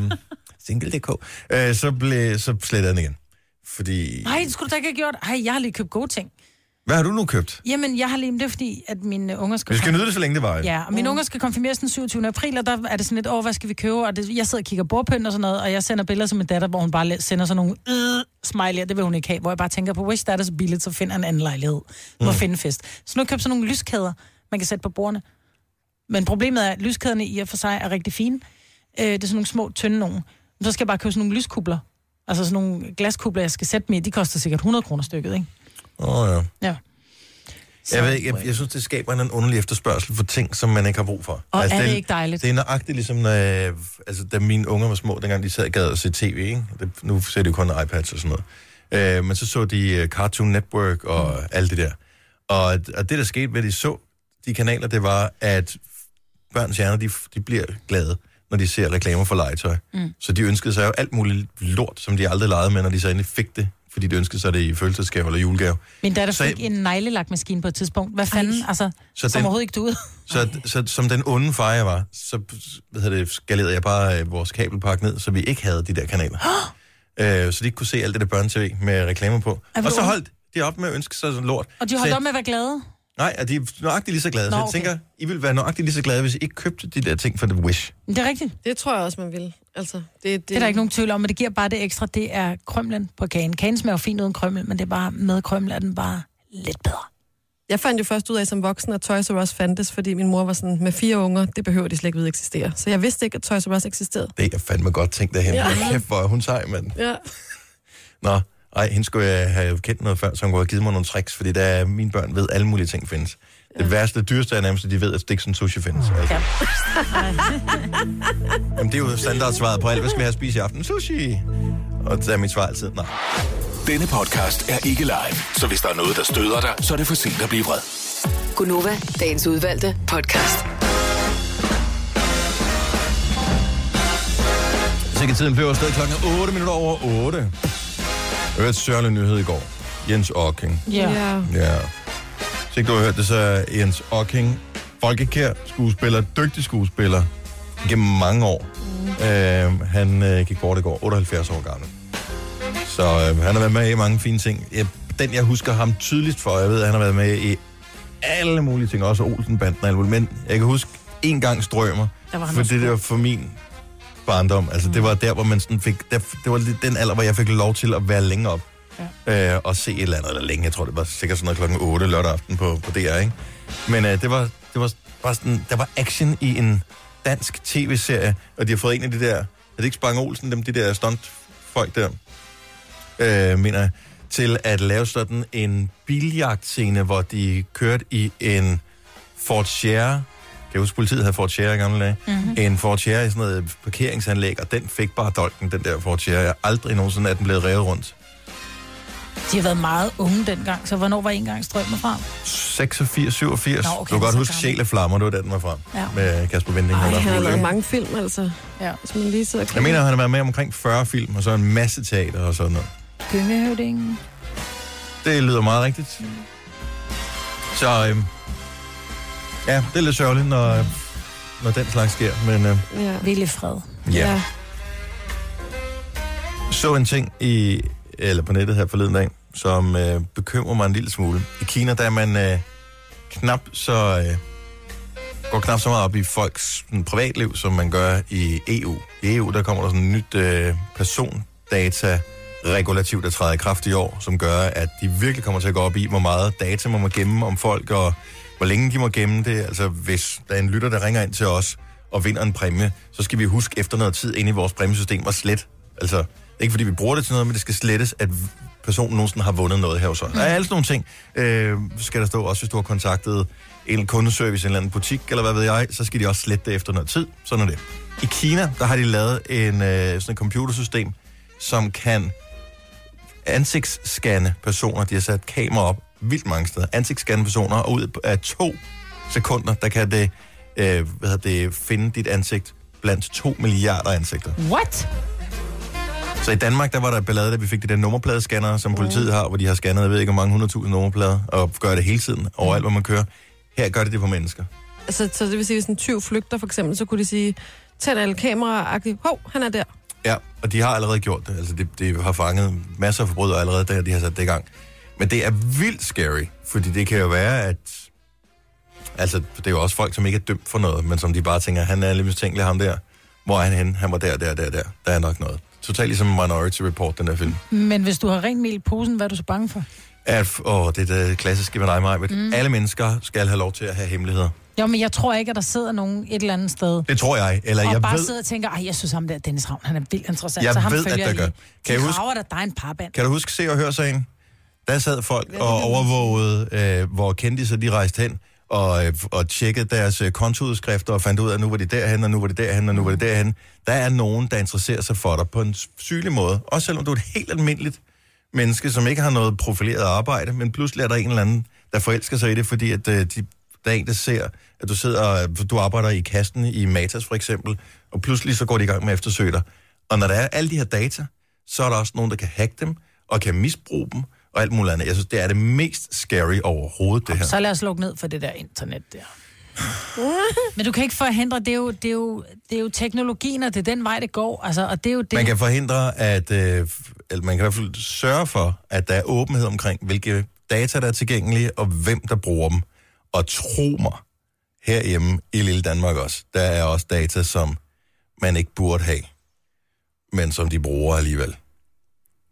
Speaker 1: single.dk. Øh, så, blev, så slettede jeg den igen. Fordi...
Speaker 3: Nej, det skulle du da ikke have gjort. Ej, jeg har lige købt gode ting.
Speaker 1: Hvad har du nu købt?
Speaker 3: Jamen, jeg har lige, men det er fordi, at mine øh, unger skal...
Speaker 1: Vi skal
Speaker 3: konf-
Speaker 1: nyde det, så længe det var.
Speaker 3: Ja, og mine unger skal konfirmeres den 27. april, og der er det sådan lidt, åh, hvad skal vi købe? Og det, jeg sidder og kigger bordpynt og sådan noget, og jeg sender billeder til min datter, hvor hun bare la- sender sådan nogle øh, smiley'er, det vil hun ikke have, hvor jeg bare tænker på, hvis der er det så billigt, så finder jeg en anden lejlighed. Må
Speaker 1: Mm.
Speaker 3: finde en fest. Så nu har jeg købt sådan nogle lyskæder, man kan sætte på bordene. Men problemet er, at lyskæderne i og for sig er rigtig fine. Øh, det er sådan nogle små, tynde nogen. Men så skal jeg bare købe sådan nogle lyskubler. Altså sådan nogle glaskubler, jeg skal sætte med. De koster sikkert 100 kroner stykket, ikke?
Speaker 1: Åh, oh, ja.
Speaker 3: Ja.
Speaker 1: Jeg ved ikke, jeg, jeg synes, det skaber en underlig efterspørgsel for ting, som man ikke har brug for.
Speaker 3: Og er det
Speaker 1: den-
Speaker 3: ikke dejligt?
Speaker 1: Det er nøjagtigt ligesom, når, jeg- altså, da mine unger var små, dengang de sad og gad at se tv, ikke? Det, nu ser de jo kun iPads og sådan noget. Øh, men så så de øh, Cartoon Network og mm. alt det der. Og, og det, der skete, ved de så de kanaler, det var, at børns hjerner, de, de bliver glade, når de ser reklamer for legetøj. Mm. Så de ønskede sig jo alt muligt lort, som de aldrig legede med, når de så endelig fik det, fordi de ønskede sig det i fødselsdagsgave eller julegave.
Speaker 3: Min datter
Speaker 1: Så-
Speaker 3: fik en neglelakmaskine på et tidspunkt. Hvad fanden? Ej. Altså,
Speaker 1: Så
Speaker 3: så
Speaker 1: den-
Speaker 3: som overhovedet ikke du ud.
Speaker 1: Så, så som den onde far, jeg var, så hvad hedder det, skalerede jeg bare øh, vores kabelpakke ned, så vi ikke havde de der kanaler. øh, så de ikke kunne se alt det der børne-tv med reklamer på.
Speaker 3: Er vi
Speaker 1: Og så
Speaker 3: onde?
Speaker 1: holdt de op med at ønske sig sådan lort.
Speaker 3: Og de
Speaker 1: Så
Speaker 3: holdt
Speaker 1: jeg-
Speaker 3: op med at være glade.
Speaker 1: Nej, og de er nøjagtigt lige så glade. Nå,
Speaker 3: Nå,
Speaker 1: så jeg
Speaker 3: okay.
Speaker 1: tænker, I ville være nøjagtigt lige så glade, hvis I ikke købte de der ting for The Wish.
Speaker 3: Men det er rigtigt. Det,
Speaker 4: Det tror jeg også, man vil. Altså, det, det,
Speaker 3: det er der ikke nogen tvivl om, men det giver bare det ekstra. Det er krømlen på kagen. Kagen smager jo fint uden krømmel, men det er bare med krømmel er den bare lidt bedre.
Speaker 4: Jeg fandt jo først ud af som voksen, at Toys R Us fandtes, fordi min mor var sådan, med fire unger, det behøver de slet ikke vide eksisterer. Så jeg vidste ikke, at Toys R Us eksisterede.
Speaker 1: Det er fandme godt tænkt derhen. Ja. Kæft, hvor er hun sej, mand.
Speaker 4: Ja.
Speaker 1: Nå, ej, hende skulle jeg have kendt noget før, så hun kunne have givet mig nogle tricks, fordi der, er- mine børn ved, alle mulige ting findes. Det værste, det dyreste er nærmest, at de ved, at Stiksen Sushi findes. Altså. Ja. Jamen, det er jo standardsvaret på alt. Hvad skal vi have at spise i aften? Sushi! Og der er mit svar altid, nej.
Speaker 6: Denne podcast er ikke live, så hvis der er noget, der støder dig, så er det for sent at blive vred.
Speaker 5: Gunova, dagens udvalgte podcast.
Speaker 1: Sikkert tiden flyver afsted klokken 8 minutter over 8. Øvrigt sørgelig nyhed i går. Jens Ocking.
Speaker 3: Ja. ja.
Speaker 1: Ja. Hvis ikke du har hørt det, så er Jens Ocking folkekær skuespiller, dygtig skuespiller gennem mange år. Mm. Øh, han øh, gik bort i går, 78 år gammel. Så øh, han har været med i mange fine ting. Jeg, den, jeg husker ham tydeligst for, jeg ved, at han har været med i alle mulige ting, også Olsenbanden og alt muligt. Men jeg kan huske en gang strømmer,
Speaker 3: Der var han også Mm.
Speaker 1: fordi det var for min barndom. Altså, det var der, hvor man sådan fik... Der, det var lidt den alder, hvor jeg fik lov til at være længere op øh, og se et eller andet, eller længe, jeg tror det var sikkert sådan noget klokken 8 lørdag aften på, på DR, ikke? Men øh, det, var, det var bare sådan, der var action i en dansk tv-serie, og de har fået en af de der, er det ikke Spang Olsen, dem de der stuntfolk der, øh, mener jeg, til at lave sådan en biljagtscene, hvor de kørte i en Ford Sierra, kan jeg huske, politiet havde Ford Sierra i gamle dage, mm-hmm. en Ford Sierra i sådan noget parkeringsanlæg, og den fik bare dolken, den der Ford Sierra. Jeg har aldrig nogensinde, at den blev revet rundt.
Speaker 3: De har været meget unge dengang, så hvornår var en gang strømmer frem?
Speaker 1: 86, 87.
Speaker 3: Nå,
Speaker 1: Nå, okay,
Speaker 3: okay,
Speaker 1: du kan
Speaker 3: så
Speaker 1: godt huske
Speaker 3: gammel.
Speaker 1: Sjæl af Flammer, det var den, den var fra.
Speaker 3: Ja.
Speaker 1: Ja. Med Kasper Vending. og
Speaker 4: Ej,
Speaker 1: Lars
Speaker 4: han har
Speaker 1: Muhl,
Speaker 4: lavet
Speaker 1: ikke?
Speaker 4: mange film, altså.
Speaker 3: Ja.
Speaker 4: Hvis man lige sidder og
Speaker 1: Jeg mener, han har været med omkring 40 film, og så en masse teater og sådan noget.
Speaker 3: Gyngehøvdingen.
Speaker 1: Det lyder meget rigtigt. Så øhm, ja, det er lidt sørgeligt, når, øh, når den slags sker. Men øh,
Speaker 4: Ja.
Speaker 3: Ville fred.
Speaker 1: ja. ja. så en ting i, eller på nettet her forleden dag, som øh, bekymrer mig en lille smule. I Kina, der er man øh, knap så... Øh, går knap så meget op i folks sådan, privatliv, som man gør i EU. I EU, der kommer der sådan et nyt øh, persondata-regulativ, der træder i kraft i år, som gør, at de virkelig kommer til at gå op i, hvor meget data man må gemme om folk, og hvor længe de må gemme det. Altså, hvis der er en lytter, der ringer ind til os og vinder en præmie, så skal vi huske efter noget tid inde i vores præmiesystem at slet. Altså, ikke fordi vi bruger det til noget, men det skal slettes, at personen nogensinde har vundet noget her hos os. Der er alle sådan nogle ting, øh, skal der stå, også hvis du har kontaktet en kundeservice, en eller anden butik, eller hvad ved jeg, så skal de også slette det efter noget tid. Sådan er det. I Kina, der har de lavet en, øh, sådan et computersystem, som kan ansigtsscanne personer. De har sat kamera op vildt mange steder. Ansigtsscanne personer, og ud af to sekunder, der kan det, øh, hvad hedder det finde dit ansigt blandt to milliarder ansigter.
Speaker 2: What?
Speaker 1: Så i Danmark, der var der et ballade, da vi fik de der nummerpladescanner, som politiet har, hvor de har scannet, jeg ved ikke, hvor mange hundredtusind nummerplader, og gør det hele tiden, overalt, hvor man kører. Her gør det det på mennesker.
Speaker 4: Altså, så det vil sige, hvis en tyv flygter for eksempel, så kunne de sige, tænd alle kameraer, hov, han er der.
Speaker 1: Ja, og de har allerede gjort det. Altså, det, det har fanget masser af forbrydere allerede, der de har sat det i gang. Men det er vildt scary, fordi det kan jo være, at... Altså, det er jo også folk, som ikke er dømt for noget, men som de bare tænker, han er lidt mistænkelig, ham der. Hvor er han henne? Han var der, der, der, der. Der er nok noget. Totalt ligesom Minority Report, den her film.
Speaker 3: Men hvis du har rent mel i posen, hvad er du så bange for?
Speaker 1: At, åh, det er det klassiske med dig, Maja. Mm. Alle mennesker skal have lov til at have hemmeligheder.
Speaker 3: Jo, men jeg tror ikke, at der sidder nogen et eller andet sted,
Speaker 1: Det tror jeg. Eller
Speaker 3: og
Speaker 1: jeg
Speaker 3: bare
Speaker 1: ved,
Speaker 3: sidder og tænker, ej, jeg synes ham der, Dennis Ravn, han er vildt interessant.
Speaker 1: Jeg
Speaker 3: så ham
Speaker 1: ved,
Speaker 3: følger
Speaker 1: at der
Speaker 3: jeg lige.
Speaker 1: gør. Kan jeg
Speaker 3: de
Speaker 1: huske-
Speaker 3: graver dig, der er en parband.
Speaker 1: Kan du huske se og høre sagen? Der sad folk og overvågede, øh, hvor kendte så de rejste hen, og, øh, og tjekkede deres øh, kontoudskrifter og fandt ud af, at nu var de derhen, og nu var de derhen, og nu var de derhen. Der er nogen, der interesserer sig for dig på en s- sygelig måde. Også selvom du er et helt almindeligt menneske, som ikke har noget profileret arbejde, men pludselig er der en eller anden, der forelsker sig i det, fordi at, øh, de, der er en, der ser, at du, sidder, og- du arbejder i kassen i Matas for eksempel, og pludselig så går de i gang med at eftersøge dig. Og når der er alle de her data, så er der også nogen, der kan hacke dem, og kan misbruge dem, og alt muligt andet. Jeg synes, det er det mest scary overhovedet, det her.
Speaker 3: Så lad os lukke ned for det der internet der. Men du kan ikke forhindre, det er, jo, det, er jo, det er jo teknologien, og det er den vej, det går. Altså, og det er jo det.
Speaker 1: Man kan forhindre, at, øh, f- eller man kan i hvert fald sørge for, at der er åbenhed omkring, hvilke data, der er tilgængelige, og hvem, der bruger dem. Og tro mig, herhjemme i lille Danmark også, der er også data, som man ikke burde have, men som de bruger alligevel.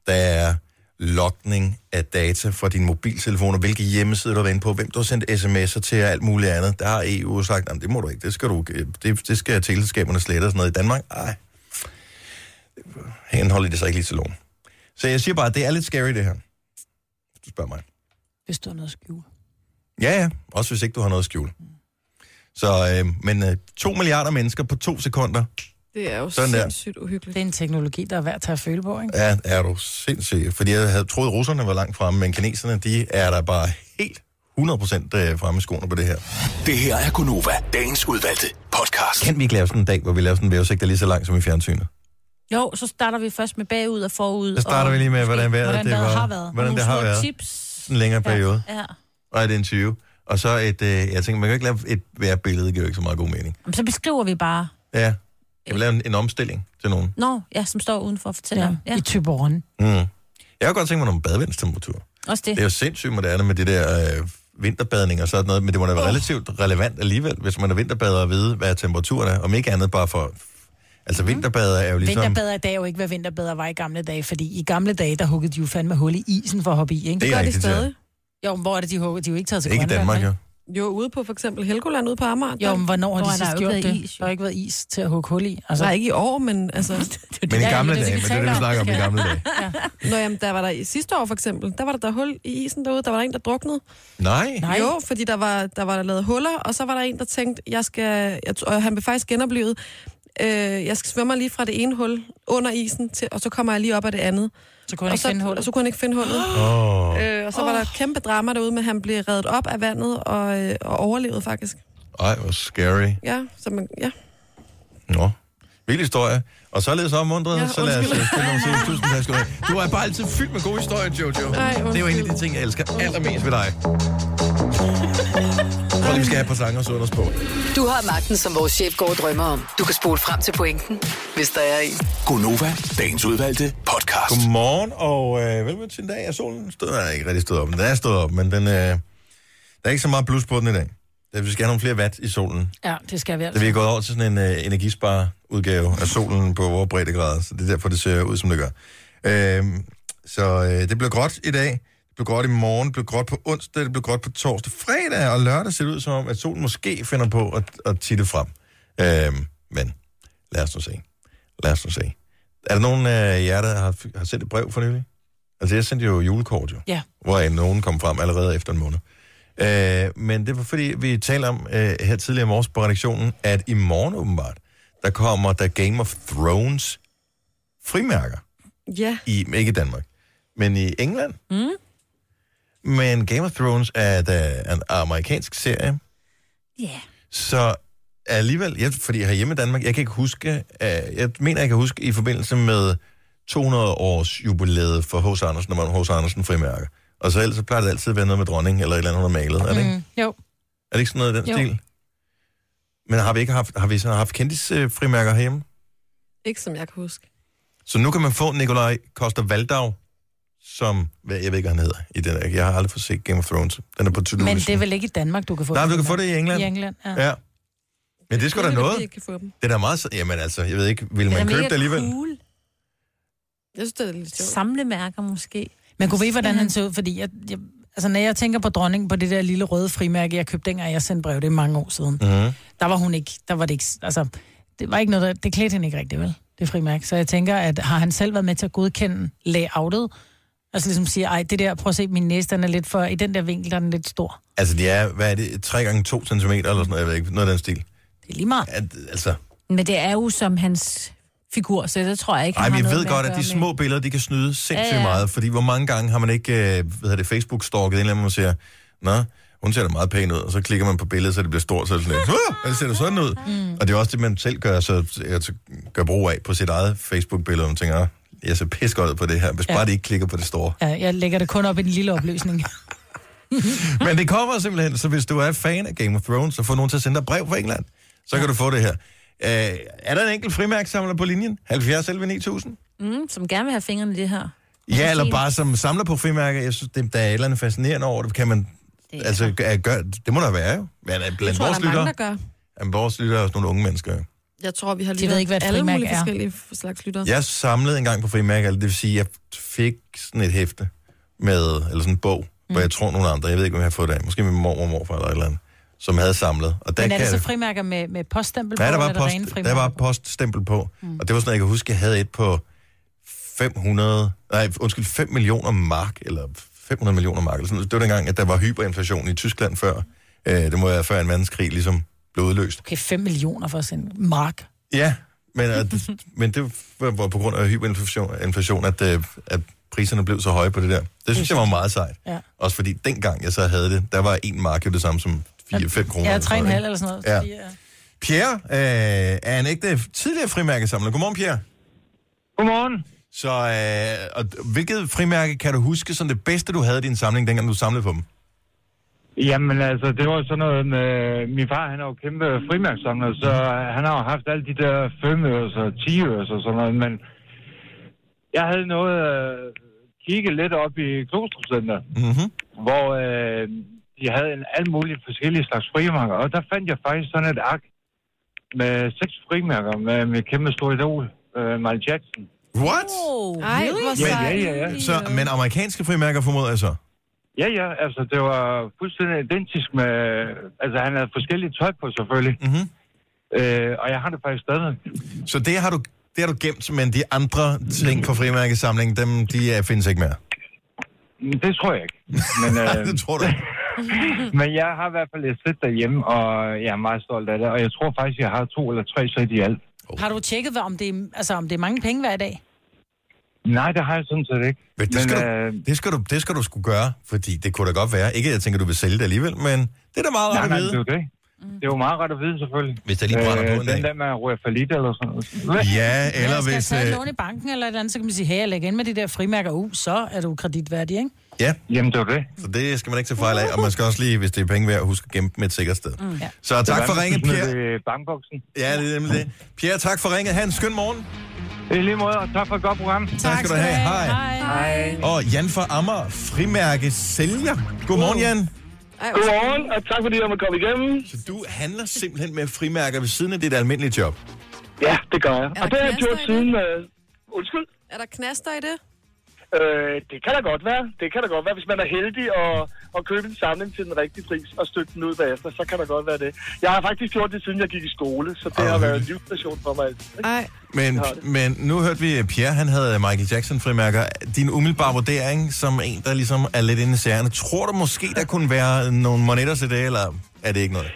Speaker 1: Der er lokning af data fra din mobiltelefon, og hvilke hjemmesider du har været inde på, hvem du har sendt sms'er til og alt muligt andet. Der har EU sagt, at det må du ikke, det skal, du, øh, det, det skal teleselskaberne slette og sådan noget i Danmark. Ej, henholder det sig ikke lige så lån. Så jeg siger bare, at det er lidt scary, det her. Hvis Du spørger mig.
Speaker 3: Hvis du har noget at skjule.
Speaker 1: Ja, ja. Også hvis ikke du har noget at skjule. Så, øh, men øh, to milliarder mennesker på to sekunder.
Speaker 4: Det er jo
Speaker 1: Sådan der.
Speaker 4: sindssygt uhyggeligt.
Speaker 3: Det er en teknologi, der er værd at tage at føle på, ikke?
Speaker 1: Ja, er du sindssyg. Fordi jeg havde troet, russerne var langt fremme, men kineserne, de er der bare helt 100% øh, fremme i skoene på det her.
Speaker 6: Det her er Gunova, dagens udvalgte podcast.
Speaker 1: Kan vi ikke lave sådan en dag, hvor vi laver sådan en vejrudsigt, der er lige så lang som i fjernsynet?
Speaker 2: Jo, så starter vi først med bagud og forud.
Speaker 1: Så starter
Speaker 2: og
Speaker 1: vi lige med, hvordan vejret
Speaker 2: hvordan
Speaker 1: det
Speaker 2: vejret
Speaker 1: var.
Speaker 2: har været.
Speaker 1: Hvordan
Speaker 2: Nogle
Speaker 1: det har
Speaker 2: små
Speaker 1: været.
Speaker 2: tips.
Speaker 1: En længere periode.
Speaker 2: Ja, ja.
Speaker 1: Og er det en 20? Og så et, øh, jeg tænker, man kan jo ikke lave et hver billede, det giver jo ikke så meget god mening.
Speaker 2: Jamen, Så beskriver vi bare,
Speaker 1: Ja. Jeg vil lave en, en omstilling til nogen.
Speaker 2: Nå, ja, som står udenfor og fortæller.
Speaker 3: Ja.
Speaker 2: om- Ja,
Speaker 3: I Tyborgen.
Speaker 1: Mm. Jeg kunne godt tænke mig nogle badevindstemperatur.
Speaker 2: også
Speaker 1: Det er
Speaker 2: det.
Speaker 1: jo sindssygt moderne med det der øh, vinterbadning og sådan noget, men det må da være oh. relativt relevant alligevel, hvis man er vinterbader og vide, hvad temperaturen er, om ikke andet bare for... Altså vinterbader er jo ligesom...
Speaker 3: Mm. Vinterbader i dag er jo ikke, hvad vinterbader var i gamle dage, fordi i gamle dage, der huggede de jo fandme hul i isen for at hoppe i, ikke?
Speaker 1: Det er
Speaker 4: Gør de
Speaker 1: rigtigt,
Speaker 4: stadig?
Speaker 3: Jo, men hvor er det, de hugger? De er jo ikke taget til
Speaker 1: Ikke i
Speaker 3: Grønland,
Speaker 1: Danmark, jo.
Speaker 4: Jo, ude på for eksempel Helgoland ude på Amager.
Speaker 3: Jo, men hvornår har
Speaker 2: Hvor
Speaker 3: de
Speaker 2: er der
Speaker 3: sidst
Speaker 2: jo
Speaker 3: gjort
Speaker 2: ikke
Speaker 3: det?
Speaker 2: været is, jo.
Speaker 3: der har ikke været is til at hugge hul i. Altså,
Speaker 4: Nej, ikke i år, men altså...
Speaker 1: Men i
Speaker 3: Ja,
Speaker 1: gamle
Speaker 3: det
Speaker 1: dage, men
Speaker 3: er det, vi
Speaker 1: det er det,
Speaker 3: taler
Speaker 1: vi
Speaker 3: om.
Speaker 1: snakker om i gamle dage.
Speaker 4: Nå, jamen, der var der i sidste år for eksempel, der var der, der hul i isen derude, der var der en, der druknede.
Speaker 1: Nej.
Speaker 3: Nej.
Speaker 4: Jo, fordi der var, der var der lavet huller, og så var der en, der tænkte, jeg skal, jeg, t- og han blev faktisk genoplevet, Øh, jeg svømmer lige fra det ene hul under isen, til, og så kommer jeg lige op af det andet.
Speaker 3: Så kunne han
Speaker 4: og
Speaker 3: ikke
Speaker 4: så,
Speaker 3: finde hullet.
Speaker 4: Og så kunne han ikke finde hullet.
Speaker 1: Åh,
Speaker 4: Øh, og så var der kæmpe drama derude med, at han blev reddet op af vandet og, øh, og overlevede faktisk.
Speaker 1: ej, hvor scary.
Speaker 4: Ja, så man, ja.
Speaker 1: Nå. Vild historie. Og således opmuntret, ja,
Speaker 4: Ja,
Speaker 1: så lad os
Speaker 4: undskyld.
Speaker 1: øh, stille nogle til. Tusind tak skal du have. Du er bare altid fyldt med gode historier, Jojo.
Speaker 4: Ej,
Speaker 1: det er jo en af de ting, jeg elsker allermest ved dig. Jeg tror, lige, vi skal have et par sange og sunde os på.
Speaker 5: Du har magten, som vores chef går og drømmer om. Du kan spole frem til pointen, hvis der er en.
Speaker 6: Gonova, dagens udvalgte podcast.
Speaker 1: Godmorgen og øh, velkommen til en dag. Ja, solen stod, nej, ikke rigtig stået op, men den er stået op, men den, øh, der er ikke så meget plus på den i dag. Der- Vi skal have nogle flere watt i solen.
Speaker 3: Ja, det skal vi
Speaker 1: Da
Speaker 3: altså.
Speaker 1: vi er gået over til sådan en øh, energispar udgave af solen på vores breddegrader, så det er derfor, det ser ud, som det gør. Øh, så øh, det blev gråt i dag, det blev gråt i morgen, det blev gråt på onsdag, det blev gråt på torsdag. Fredag og lørdag ser det ud som om, at solen måske finder på at, at titte frem. Øh, men lad os nu se. Lad os nu se. Er der nogen af jer, der har, har sendt et brev for nylig? Altså, jeg sendte jo julekort, jo.
Speaker 3: Ja.
Speaker 1: Hvor nogen kom frem allerede efter en måned. Øh, men det var fordi, vi talte om øh, her tidligere i morges på redaktionen, at i morgen åbenbart, der kommer der Game of Thrones frimærker.
Speaker 4: Ja,
Speaker 1: I, ikke i Danmark, men i England. Mm. Men Game of Thrones er da en amerikansk serie,
Speaker 2: Ja.
Speaker 1: så alligevel, jeg, fordi herhjemme i Danmark, jeg kan ikke huske, øh, jeg mener, jeg kan huske i forbindelse med 200 års jubilæet for H.C. Andersen, når man H.C. Andersen frimærker. Og så ellers så plejer det altid at være noget med dronning, eller et eller andet, hun har malet, er det ikke?
Speaker 3: Mm, jo.
Speaker 1: Er det ikke sådan noget i den jo.
Speaker 3: Jo.
Speaker 1: stil? Men har vi ikke haft, har vi sådan haft kendisfrimærker herhjemme?
Speaker 4: ikke som jeg kan huske.
Speaker 1: Så nu kan man få Nikolaj Koster Valdag, som, hvad, jeg ved ikke, hvad han hedder i den her. Jeg har aldrig fået set Game of Thrones. Den er på to
Speaker 3: Men det er vel ikke i Danmark, du kan få
Speaker 1: Nej,
Speaker 3: det?
Speaker 1: men du kan få det i England.
Speaker 3: I England, ja.
Speaker 1: Ja. Men det er sgu da
Speaker 4: Jeg ved, at
Speaker 1: noget.
Speaker 4: vi ikke kan få dem.
Speaker 1: Det er da meget... så- Jamen altså, jeg ved ikke, vil
Speaker 2: Den
Speaker 1: man
Speaker 2: er
Speaker 1: købe
Speaker 2: mega
Speaker 1: det alligevel?
Speaker 2: Cool.
Speaker 4: Jeg synes, det er lidt sjovt.
Speaker 2: Samlemærker måske.
Speaker 3: Men kunne vi hvordan han så ud? Fordi jeg, jeg, altså, når jeg tænker på dronningen på det der lille røde frimærke, jeg købte dengang, jeg sendte brev, det er mange år siden.
Speaker 1: Mhm.
Speaker 3: Der var hun ikke, der var det ikke, altså, det var ikke noget, der, det klædte hende ikke rigtigt, vel? Det frimærke. Så jeg tænker, at har han selv været med til at godkende layoutet? Altså ligesom siger, ej, det der, prøv at se, min næse, den er lidt for, i den der vinkel, der er den lidt stor.
Speaker 1: Altså, det er, hvad er det, 3 gange 2 cm eller sådan noget, jeg ved ikke, noget af den stil.
Speaker 3: Det er lige meget.
Speaker 1: At, altså,
Speaker 2: Men det er jo som hans figur, så det tror jeg ikke,
Speaker 1: Ej,
Speaker 2: han
Speaker 1: men
Speaker 2: har
Speaker 1: jeg
Speaker 2: noget
Speaker 1: ved
Speaker 2: med
Speaker 1: godt,
Speaker 2: at
Speaker 1: at de
Speaker 2: gøre med-
Speaker 1: små billeder, de kan snyde sindssygt ja,
Speaker 2: Ja,
Speaker 1: ja.
Speaker 2: ja.
Speaker 1: meget, fordi hvor mange gange har man ikke, øh, hvad hedder det, Facebook-stalket en eller anden, og siger, nå, hun ser da meget pæn ud, og så klikker man på billedet, så det bliver stort, så er det sådan, lidt, "Åh, det ser da sådan ud. Mm. Og det er også det, man selv gør, så, så gør brug af på sit eget Facebook-billede, og man tænker, "Åh, jeg ser pis godt ud på det her, hvis ja. bare de ikke klikker på det store.
Speaker 3: Ja, jeg lægger det kun op i den lille opløsning.
Speaker 1: Men det kommer simpelthen, så hvis du er fan af Game of Thrones, så får nogen til at sende dig brev fra England. Så kan du få det her. Øh, er der en enkelt frimærksamler på linjen? 70 11 9000?
Speaker 2: Mm, som gerne vil have fingrene i det her.
Speaker 1: Ja, eller
Speaker 2: Fint.
Speaker 1: bare som samler på frimærker. Jeg synes, det, der er et eller andet fascinerende over det. Kan man,
Speaker 2: Det er
Speaker 1: altså, gør, gør, det må der være jo. Men øh,
Speaker 4: Jeg
Speaker 1: blandt
Speaker 4: tror, der
Speaker 1: vores
Speaker 4: er mange,
Speaker 1: lyttere,
Speaker 4: der gør.
Speaker 1: jamen, vores lyttere er også nogle unge mennesker. jo.
Speaker 4: Jeg tror, vi har
Speaker 3: De
Speaker 4: lyttet
Speaker 3: ved ikke, hvad et
Speaker 4: alle
Speaker 3: frimærke
Speaker 4: mulige
Speaker 3: er.
Speaker 4: forskellige slags lytter.
Speaker 1: Jeg samlede engang på frimærker, eller det vil sige, jeg fik sådan et hæfte med, eller sådan en bog, mm. hvor jeg tror nogle andre, jeg ved ikke, om jeg har fået det af, måske min mormor og morfar eller et eller andet, som havde samlet. Og der
Speaker 3: Men er
Speaker 1: kan
Speaker 3: det så
Speaker 1: jeg-
Speaker 3: frimærker med, med poststempel på,
Speaker 1: Ja, der var,
Speaker 3: eller
Speaker 1: post,
Speaker 3: rene
Speaker 1: der
Speaker 3: frimærker?
Speaker 1: var poststempel på. Mm. Og det var sådan, jeg kan huske, jeg havde et på 500, nej, undskyld, 5 millioner mark, eller 500 millioner mark, eller sådan noget. Det var dengang, at der var hyperinflation i Tyskland før. Øh, det må være før en verdenskrig ligesom blev udløst.
Speaker 3: Okay, 5 millioner for at sende mark.
Speaker 1: Ja, men, at, men det var var på grund af hyperinflation, inflation, at, øh, at priserne blev så høje på det der. Det synes jeg var meget sejt.
Speaker 3: Ja.
Speaker 1: Også fordi dengang jeg så havde det, der var en mark jo det samme som 4-5 kroner.
Speaker 3: Ja,
Speaker 1: eller sådan
Speaker 3: 3,5
Speaker 1: noget, ikke?
Speaker 3: eller sådan noget.
Speaker 1: Ja.
Speaker 3: Ja. Fire.
Speaker 1: Pierre øh, er en ægte tidligere frimærkesamler. Godmorgen, Pierre.
Speaker 8: Godmorgen.
Speaker 1: Så øh, og d- hvilket frimærke kan du huske som det bedste, du havde i din samling, dengang du samlede på dem?
Speaker 8: Jamen altså, det var jo sådan noget med... Min far, han er jo kæmpe frimærksamler, så han har jo haft alle de der femøres og tiøres og sådan noget, men jeg havde noget øh, kigge lidt op i Klostrup Center,
Speaker 1: Mm-hmm.
Speaker 8: hvor øh, de havde en alt mulige forskellige slags frimærker, og der fandt jeg faktisk sådan et ark med seks frimærker med mit kæmpe store idol, øh, Michael Jackson.
Speaker 1: What?
Speaker 2: Oh,
Speaker 4: Ej, hvor
Speaker 8: Ja,
Speaker 4: sejt.
Speaker 8: ja, ja, ja.
Speaker 1: Så, men amerikanske frimærker formoder jeg så.
Speaker 8: Ja, ja, altså det var fuldstændig identisk med... Altså han havde forskellige tøj på selvfølgelig,
Speaker 1: Mm-hmm.
Speaker 8: øh, og jeg har det faktisk stadig.
Speaker 1: Så det har, du, det har du gemt, men de andre ting fra frimærkesamlingen, dem de uh, findes ikke mere.
Speaker 8: Men Det tror jeg ikke. Men, øh,
Speaker 1: det tror du ikke.
Speaker 8: men jeg har i hvert fald et sæt derhjemme, og jeg er meget stolt af det, og jeg tror faktisk, jeg har to eller tre sæt i alt.
Speaker 3: Oh. Har du tjekket, hvad, om, det er, altså, om det er mange penge hver dag?
Speaker 10: Nej, det har jeg sådan set ikke. øh,
Speaker 1: Men det, skal men, du, det, skal du, det skal du skulle gøre, fordi det kunne da godt være. Ikke, at jeg tænker, du vil sælge det alligevel, men det er da meget
Speaker 10: Nej,
Speaker 1: rart
Speaker 10: nej,
Speaker 1: at
Speaker 10: det er
Speaker 1: vide.
Speaker 10: jo det. Det er jo meget ret at vide, selvfølgelig. Øh,
Speaker 1: Hvis der lige brænder på
Speaker 10: den
Speaker 1: en dag.
Speaker 10: der med at røre falit eller sådan noget.
Speaker 1: Ja,
Speaker 3: Eller
Speaker 1: eller
Speaker 3: skal
Speaker 1: hvis...
Speaker 3: jeg tage et
Speaker 1: øh,
Speaker 3: lån i banken eller et eller andet, så kan man sige, hey, jeg lægger ind med det der frimærker, uh, så er du kreditværdig, ikke?
Speaker 1: Ja,
Speaker 10: Jamen, det er jo det.
Speaker 1: så det skal man ikke tage fejl af. Og man skal også lige, hvis det er penge værd, huske at gemme dem et sikkert sted. Mm.
Speaker 3: Ja.
Speaker 1: Så tak for ringet,
Speaker 10: ringet,
Speaker 1: Pierre.
Speaker 10: bankboksen.
Speaker 1: Ja, det er nemlig det. Pierre, tak for ringet. Ha' en skøn morgen.
Speaker 10: I lige måde, og tak for et godt program.
Speaker 1: Tak skal du have. Hej.
Speaker 10: Hej.
Speaker 1: Og Jan fra Amager, frimærke sælger. Godmorgen, Jan.
Speaker 8: Godmorgen, og tak fordi jeg måtte komme igennem.
Speaker 1: Så du handler simpelthen med frimærker ved siden af dit almindelige job.
Speaker 8: Ja, det gør jeg.
Speaker 4: Er
Speaker 8: Og
Speaker 4: der
Speaker 8: det har jeg
Speaker 4: knaster
Speaker 8: gjort
Speaker 4: i det?
Speaker 8: siden... Øh, undskyld?
Speaker 4: Er der knaster i det?
Speaker 8: Øh, det kan da godt være. Det kan da godt være, hvis man er heldig og, og købe en samling til den rigtige pris og støtte den ud bagefter, så kan det godt være det. Jeg har faktisk gjort det, siden jeg gik i skole, så det
Speaker 1: Ej,
Speaker 8: har
Speaker 1: hvor
Speaker 8: været en
Speaker 1: hyggeligt.
Speaker 8: livsstation for mig. altid, ikke?
Speaker 4: Nej.
Speaker 1: Men,
Speaker 8: har det.
Speaker 1: men nu hørte vi, at Pierre han havde Michael Jackson frimærker. Din umiddelbare vurdering som en, der ligesom er lidt inde i sagerne, tror du måske, der kunne være nogle monetter til det, eller er det ikke noget?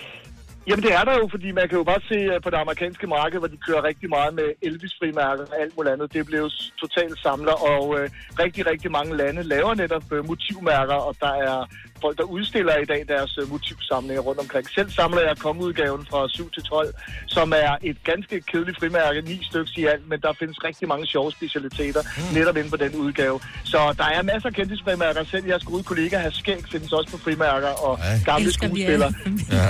Speaker 8: Jamen det er der jo, fordi man kan jo bare se øh, på det amerikanske marked, hvor de kører rigtig meget med Elvis-frimærker og alt muligt andet. Det blev jo s- totalt samler, og øh, rigtig, rigtig mange lande laver netop øh, motivmærker, og der er folk, der udstiller i dag deres øh, motivsamlinger rundt omkring. Selv samler jeg komudgaven fra 7 til 12, som er et ganske kedeligt frimærke, ni stykker i alt, men der findes rigtig mange sjove specialiteter
Speaker 1: Hmm.
Speaker 8: netop inde på den udgave. Så der er masser af kendtisfrimærker. Selv jeres gode kollega Haskæg findes også på frimærker, og
Speaker 1: Ej.
Speaker 8: gamle
Speaker 2: Elsker vi alle.
Speaker 8: skuespillere.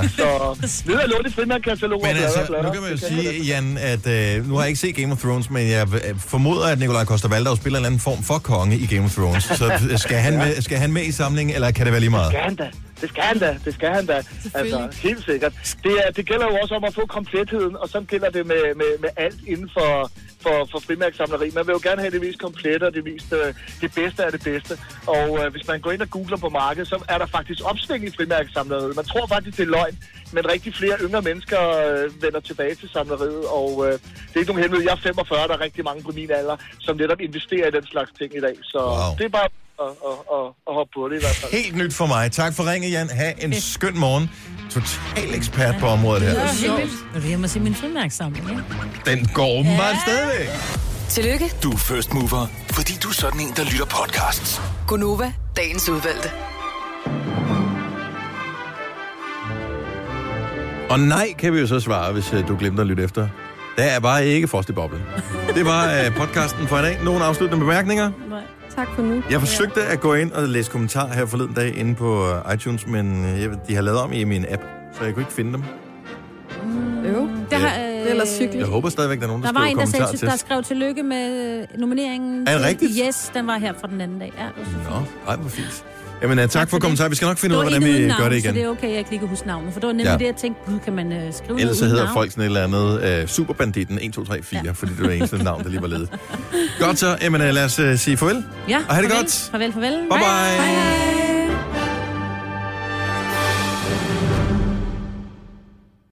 Speaker 8: Så ned og låne frimærkkataloger.
Speaker 1: Men altså, nu kan man jo sige, Jan, at øh, nu har jeg ikke set Game of Thrones, men jeg øh, formoder, at Nikolaj Koster-Valdau spiller en eller anden form for konge i Game of Thrones. Så øh, skal han, med, skal han med i samlingen, eller kan det være lige meget?
Speaker 8: skal han da. Det skal han da. Det skal han da. Altså, helt sikkert. Det, er, det gælder jo også om at få kompletheden, og sådan gælder det med, med, med alt inden for, for, for frimærksamleri. Man vil jo gerne have det mest komplette, og det, mest, øh, det bedste er det bedste. Og øh, hvis man går ind og googler på markedet, så er der faktisk opsving i frimærksamleriet. Man tror faktisk, det er løgn, men rigtig flere yngre mennesker øh, vender tilbage til samleriet, og øh, det er ikke nogen hemmelighed. Jeg er 45, der er rigtig mange på min alder, som netop investerer i den slags ting i dag. Så
Speaker 1: Wow.
Speaker 8: wow. det er bare at, at, at, at hoppe på det i hvert fald.
Speaker 1: Helt nyt for mig. Tak for ringet, Jan. Ha' en skøn morgen. Total ekspert på området her.
Speaker 2: Nu vil jeg mig se min frimærksamling, ikke?
Speaker 1: Den går åbenbart stadigvæk.
Speaker 5: Tillykke,
Speaker 6: Du er first mover, fordi du er sådan en, der lytter podcasts.
Speaker 5: Gunova, dagens udvalgte.
Speaker 1: Og nej, kan vi jo så svare, hvis øh, du glemte at lytte efter. Der er bare ikke frost i boblen. Det var øh, podcasten for i dag. Nogle afsluttende bemærkninger?
Speaker 4: Tak for nu.
Speaker 1: Jeg forsøgte at gå ind og læse kommentarer her forleden dag inde på øh, iTunes, men øh, jeg, ved- de har lavet om i min app, så jeg kunne ikke finde dem.
Speaker 4: Jo.
Speaker 2: Der, har,
Speaker 4: Det
Speaker 2: øh,
Speaker 4: er ellers cyklen.
Speaker 1: Jeg håber stadigvæk, der er nogen, der,
Speaker 2: der var
Speaker 1: skriver
Speaker 2: en, der,
Speaker 1: kommentarer
Speaker 2: sagde,
Speaker 1: til
Speaker 2: der
Speaker 1: os.
Speaker 2: skrev tillykke med øh, nomineringen.
Speaker 1: Er det
Speaker 2: til-
Speaker 1: rigtigt?
Speaker 2: Yes, den var her for den anden dag. Ja, det var så fint.
Speaker 1: Nå, ej, hvor fint. Jamen, øh, tak, tak for
Speaker 2: for det.
Speaker 1: kommentarer. Vi skal nok finde ud af,
Speaker 2: var
Speaker 1: hvordan
Speaker 2: en
Speaker 1: vi
Speaker 2: uden
Speaker 1: gør
Speaker 2: navn,
Speaker 1: det
Speaker 2: Så
Speaker 1: igen.
Speaker 2: det er okay, jeg kan ikke huske navnet, for det var nemlig
Speaker 1: Ja.
Speaker 2: ja. det, jeg tænkte, gud, kan man øh,
Speaker 1: Ellers
Speaker 2: skrive noget
Speaker 1: så
Speaker 2: uden
Speaker 1: hedder
Speaker 2: navn?
Speaker 1: folk sådan et eller andet øh, Superbanditten 1, 2, 3, 4, ja. fordi det var det eneste navn, der lige var ledet. Godt så, jamen, øh, lad os øh, sige farvel.
Speaker 2: Ja,
Speaker 1: Og ha' det
Speaker 2: farvel.
Speaker 1: godt.
Speaker 2: Farvel, farvel.
Speaker 1: Bye bye.
Speaker 2: Hej, hej.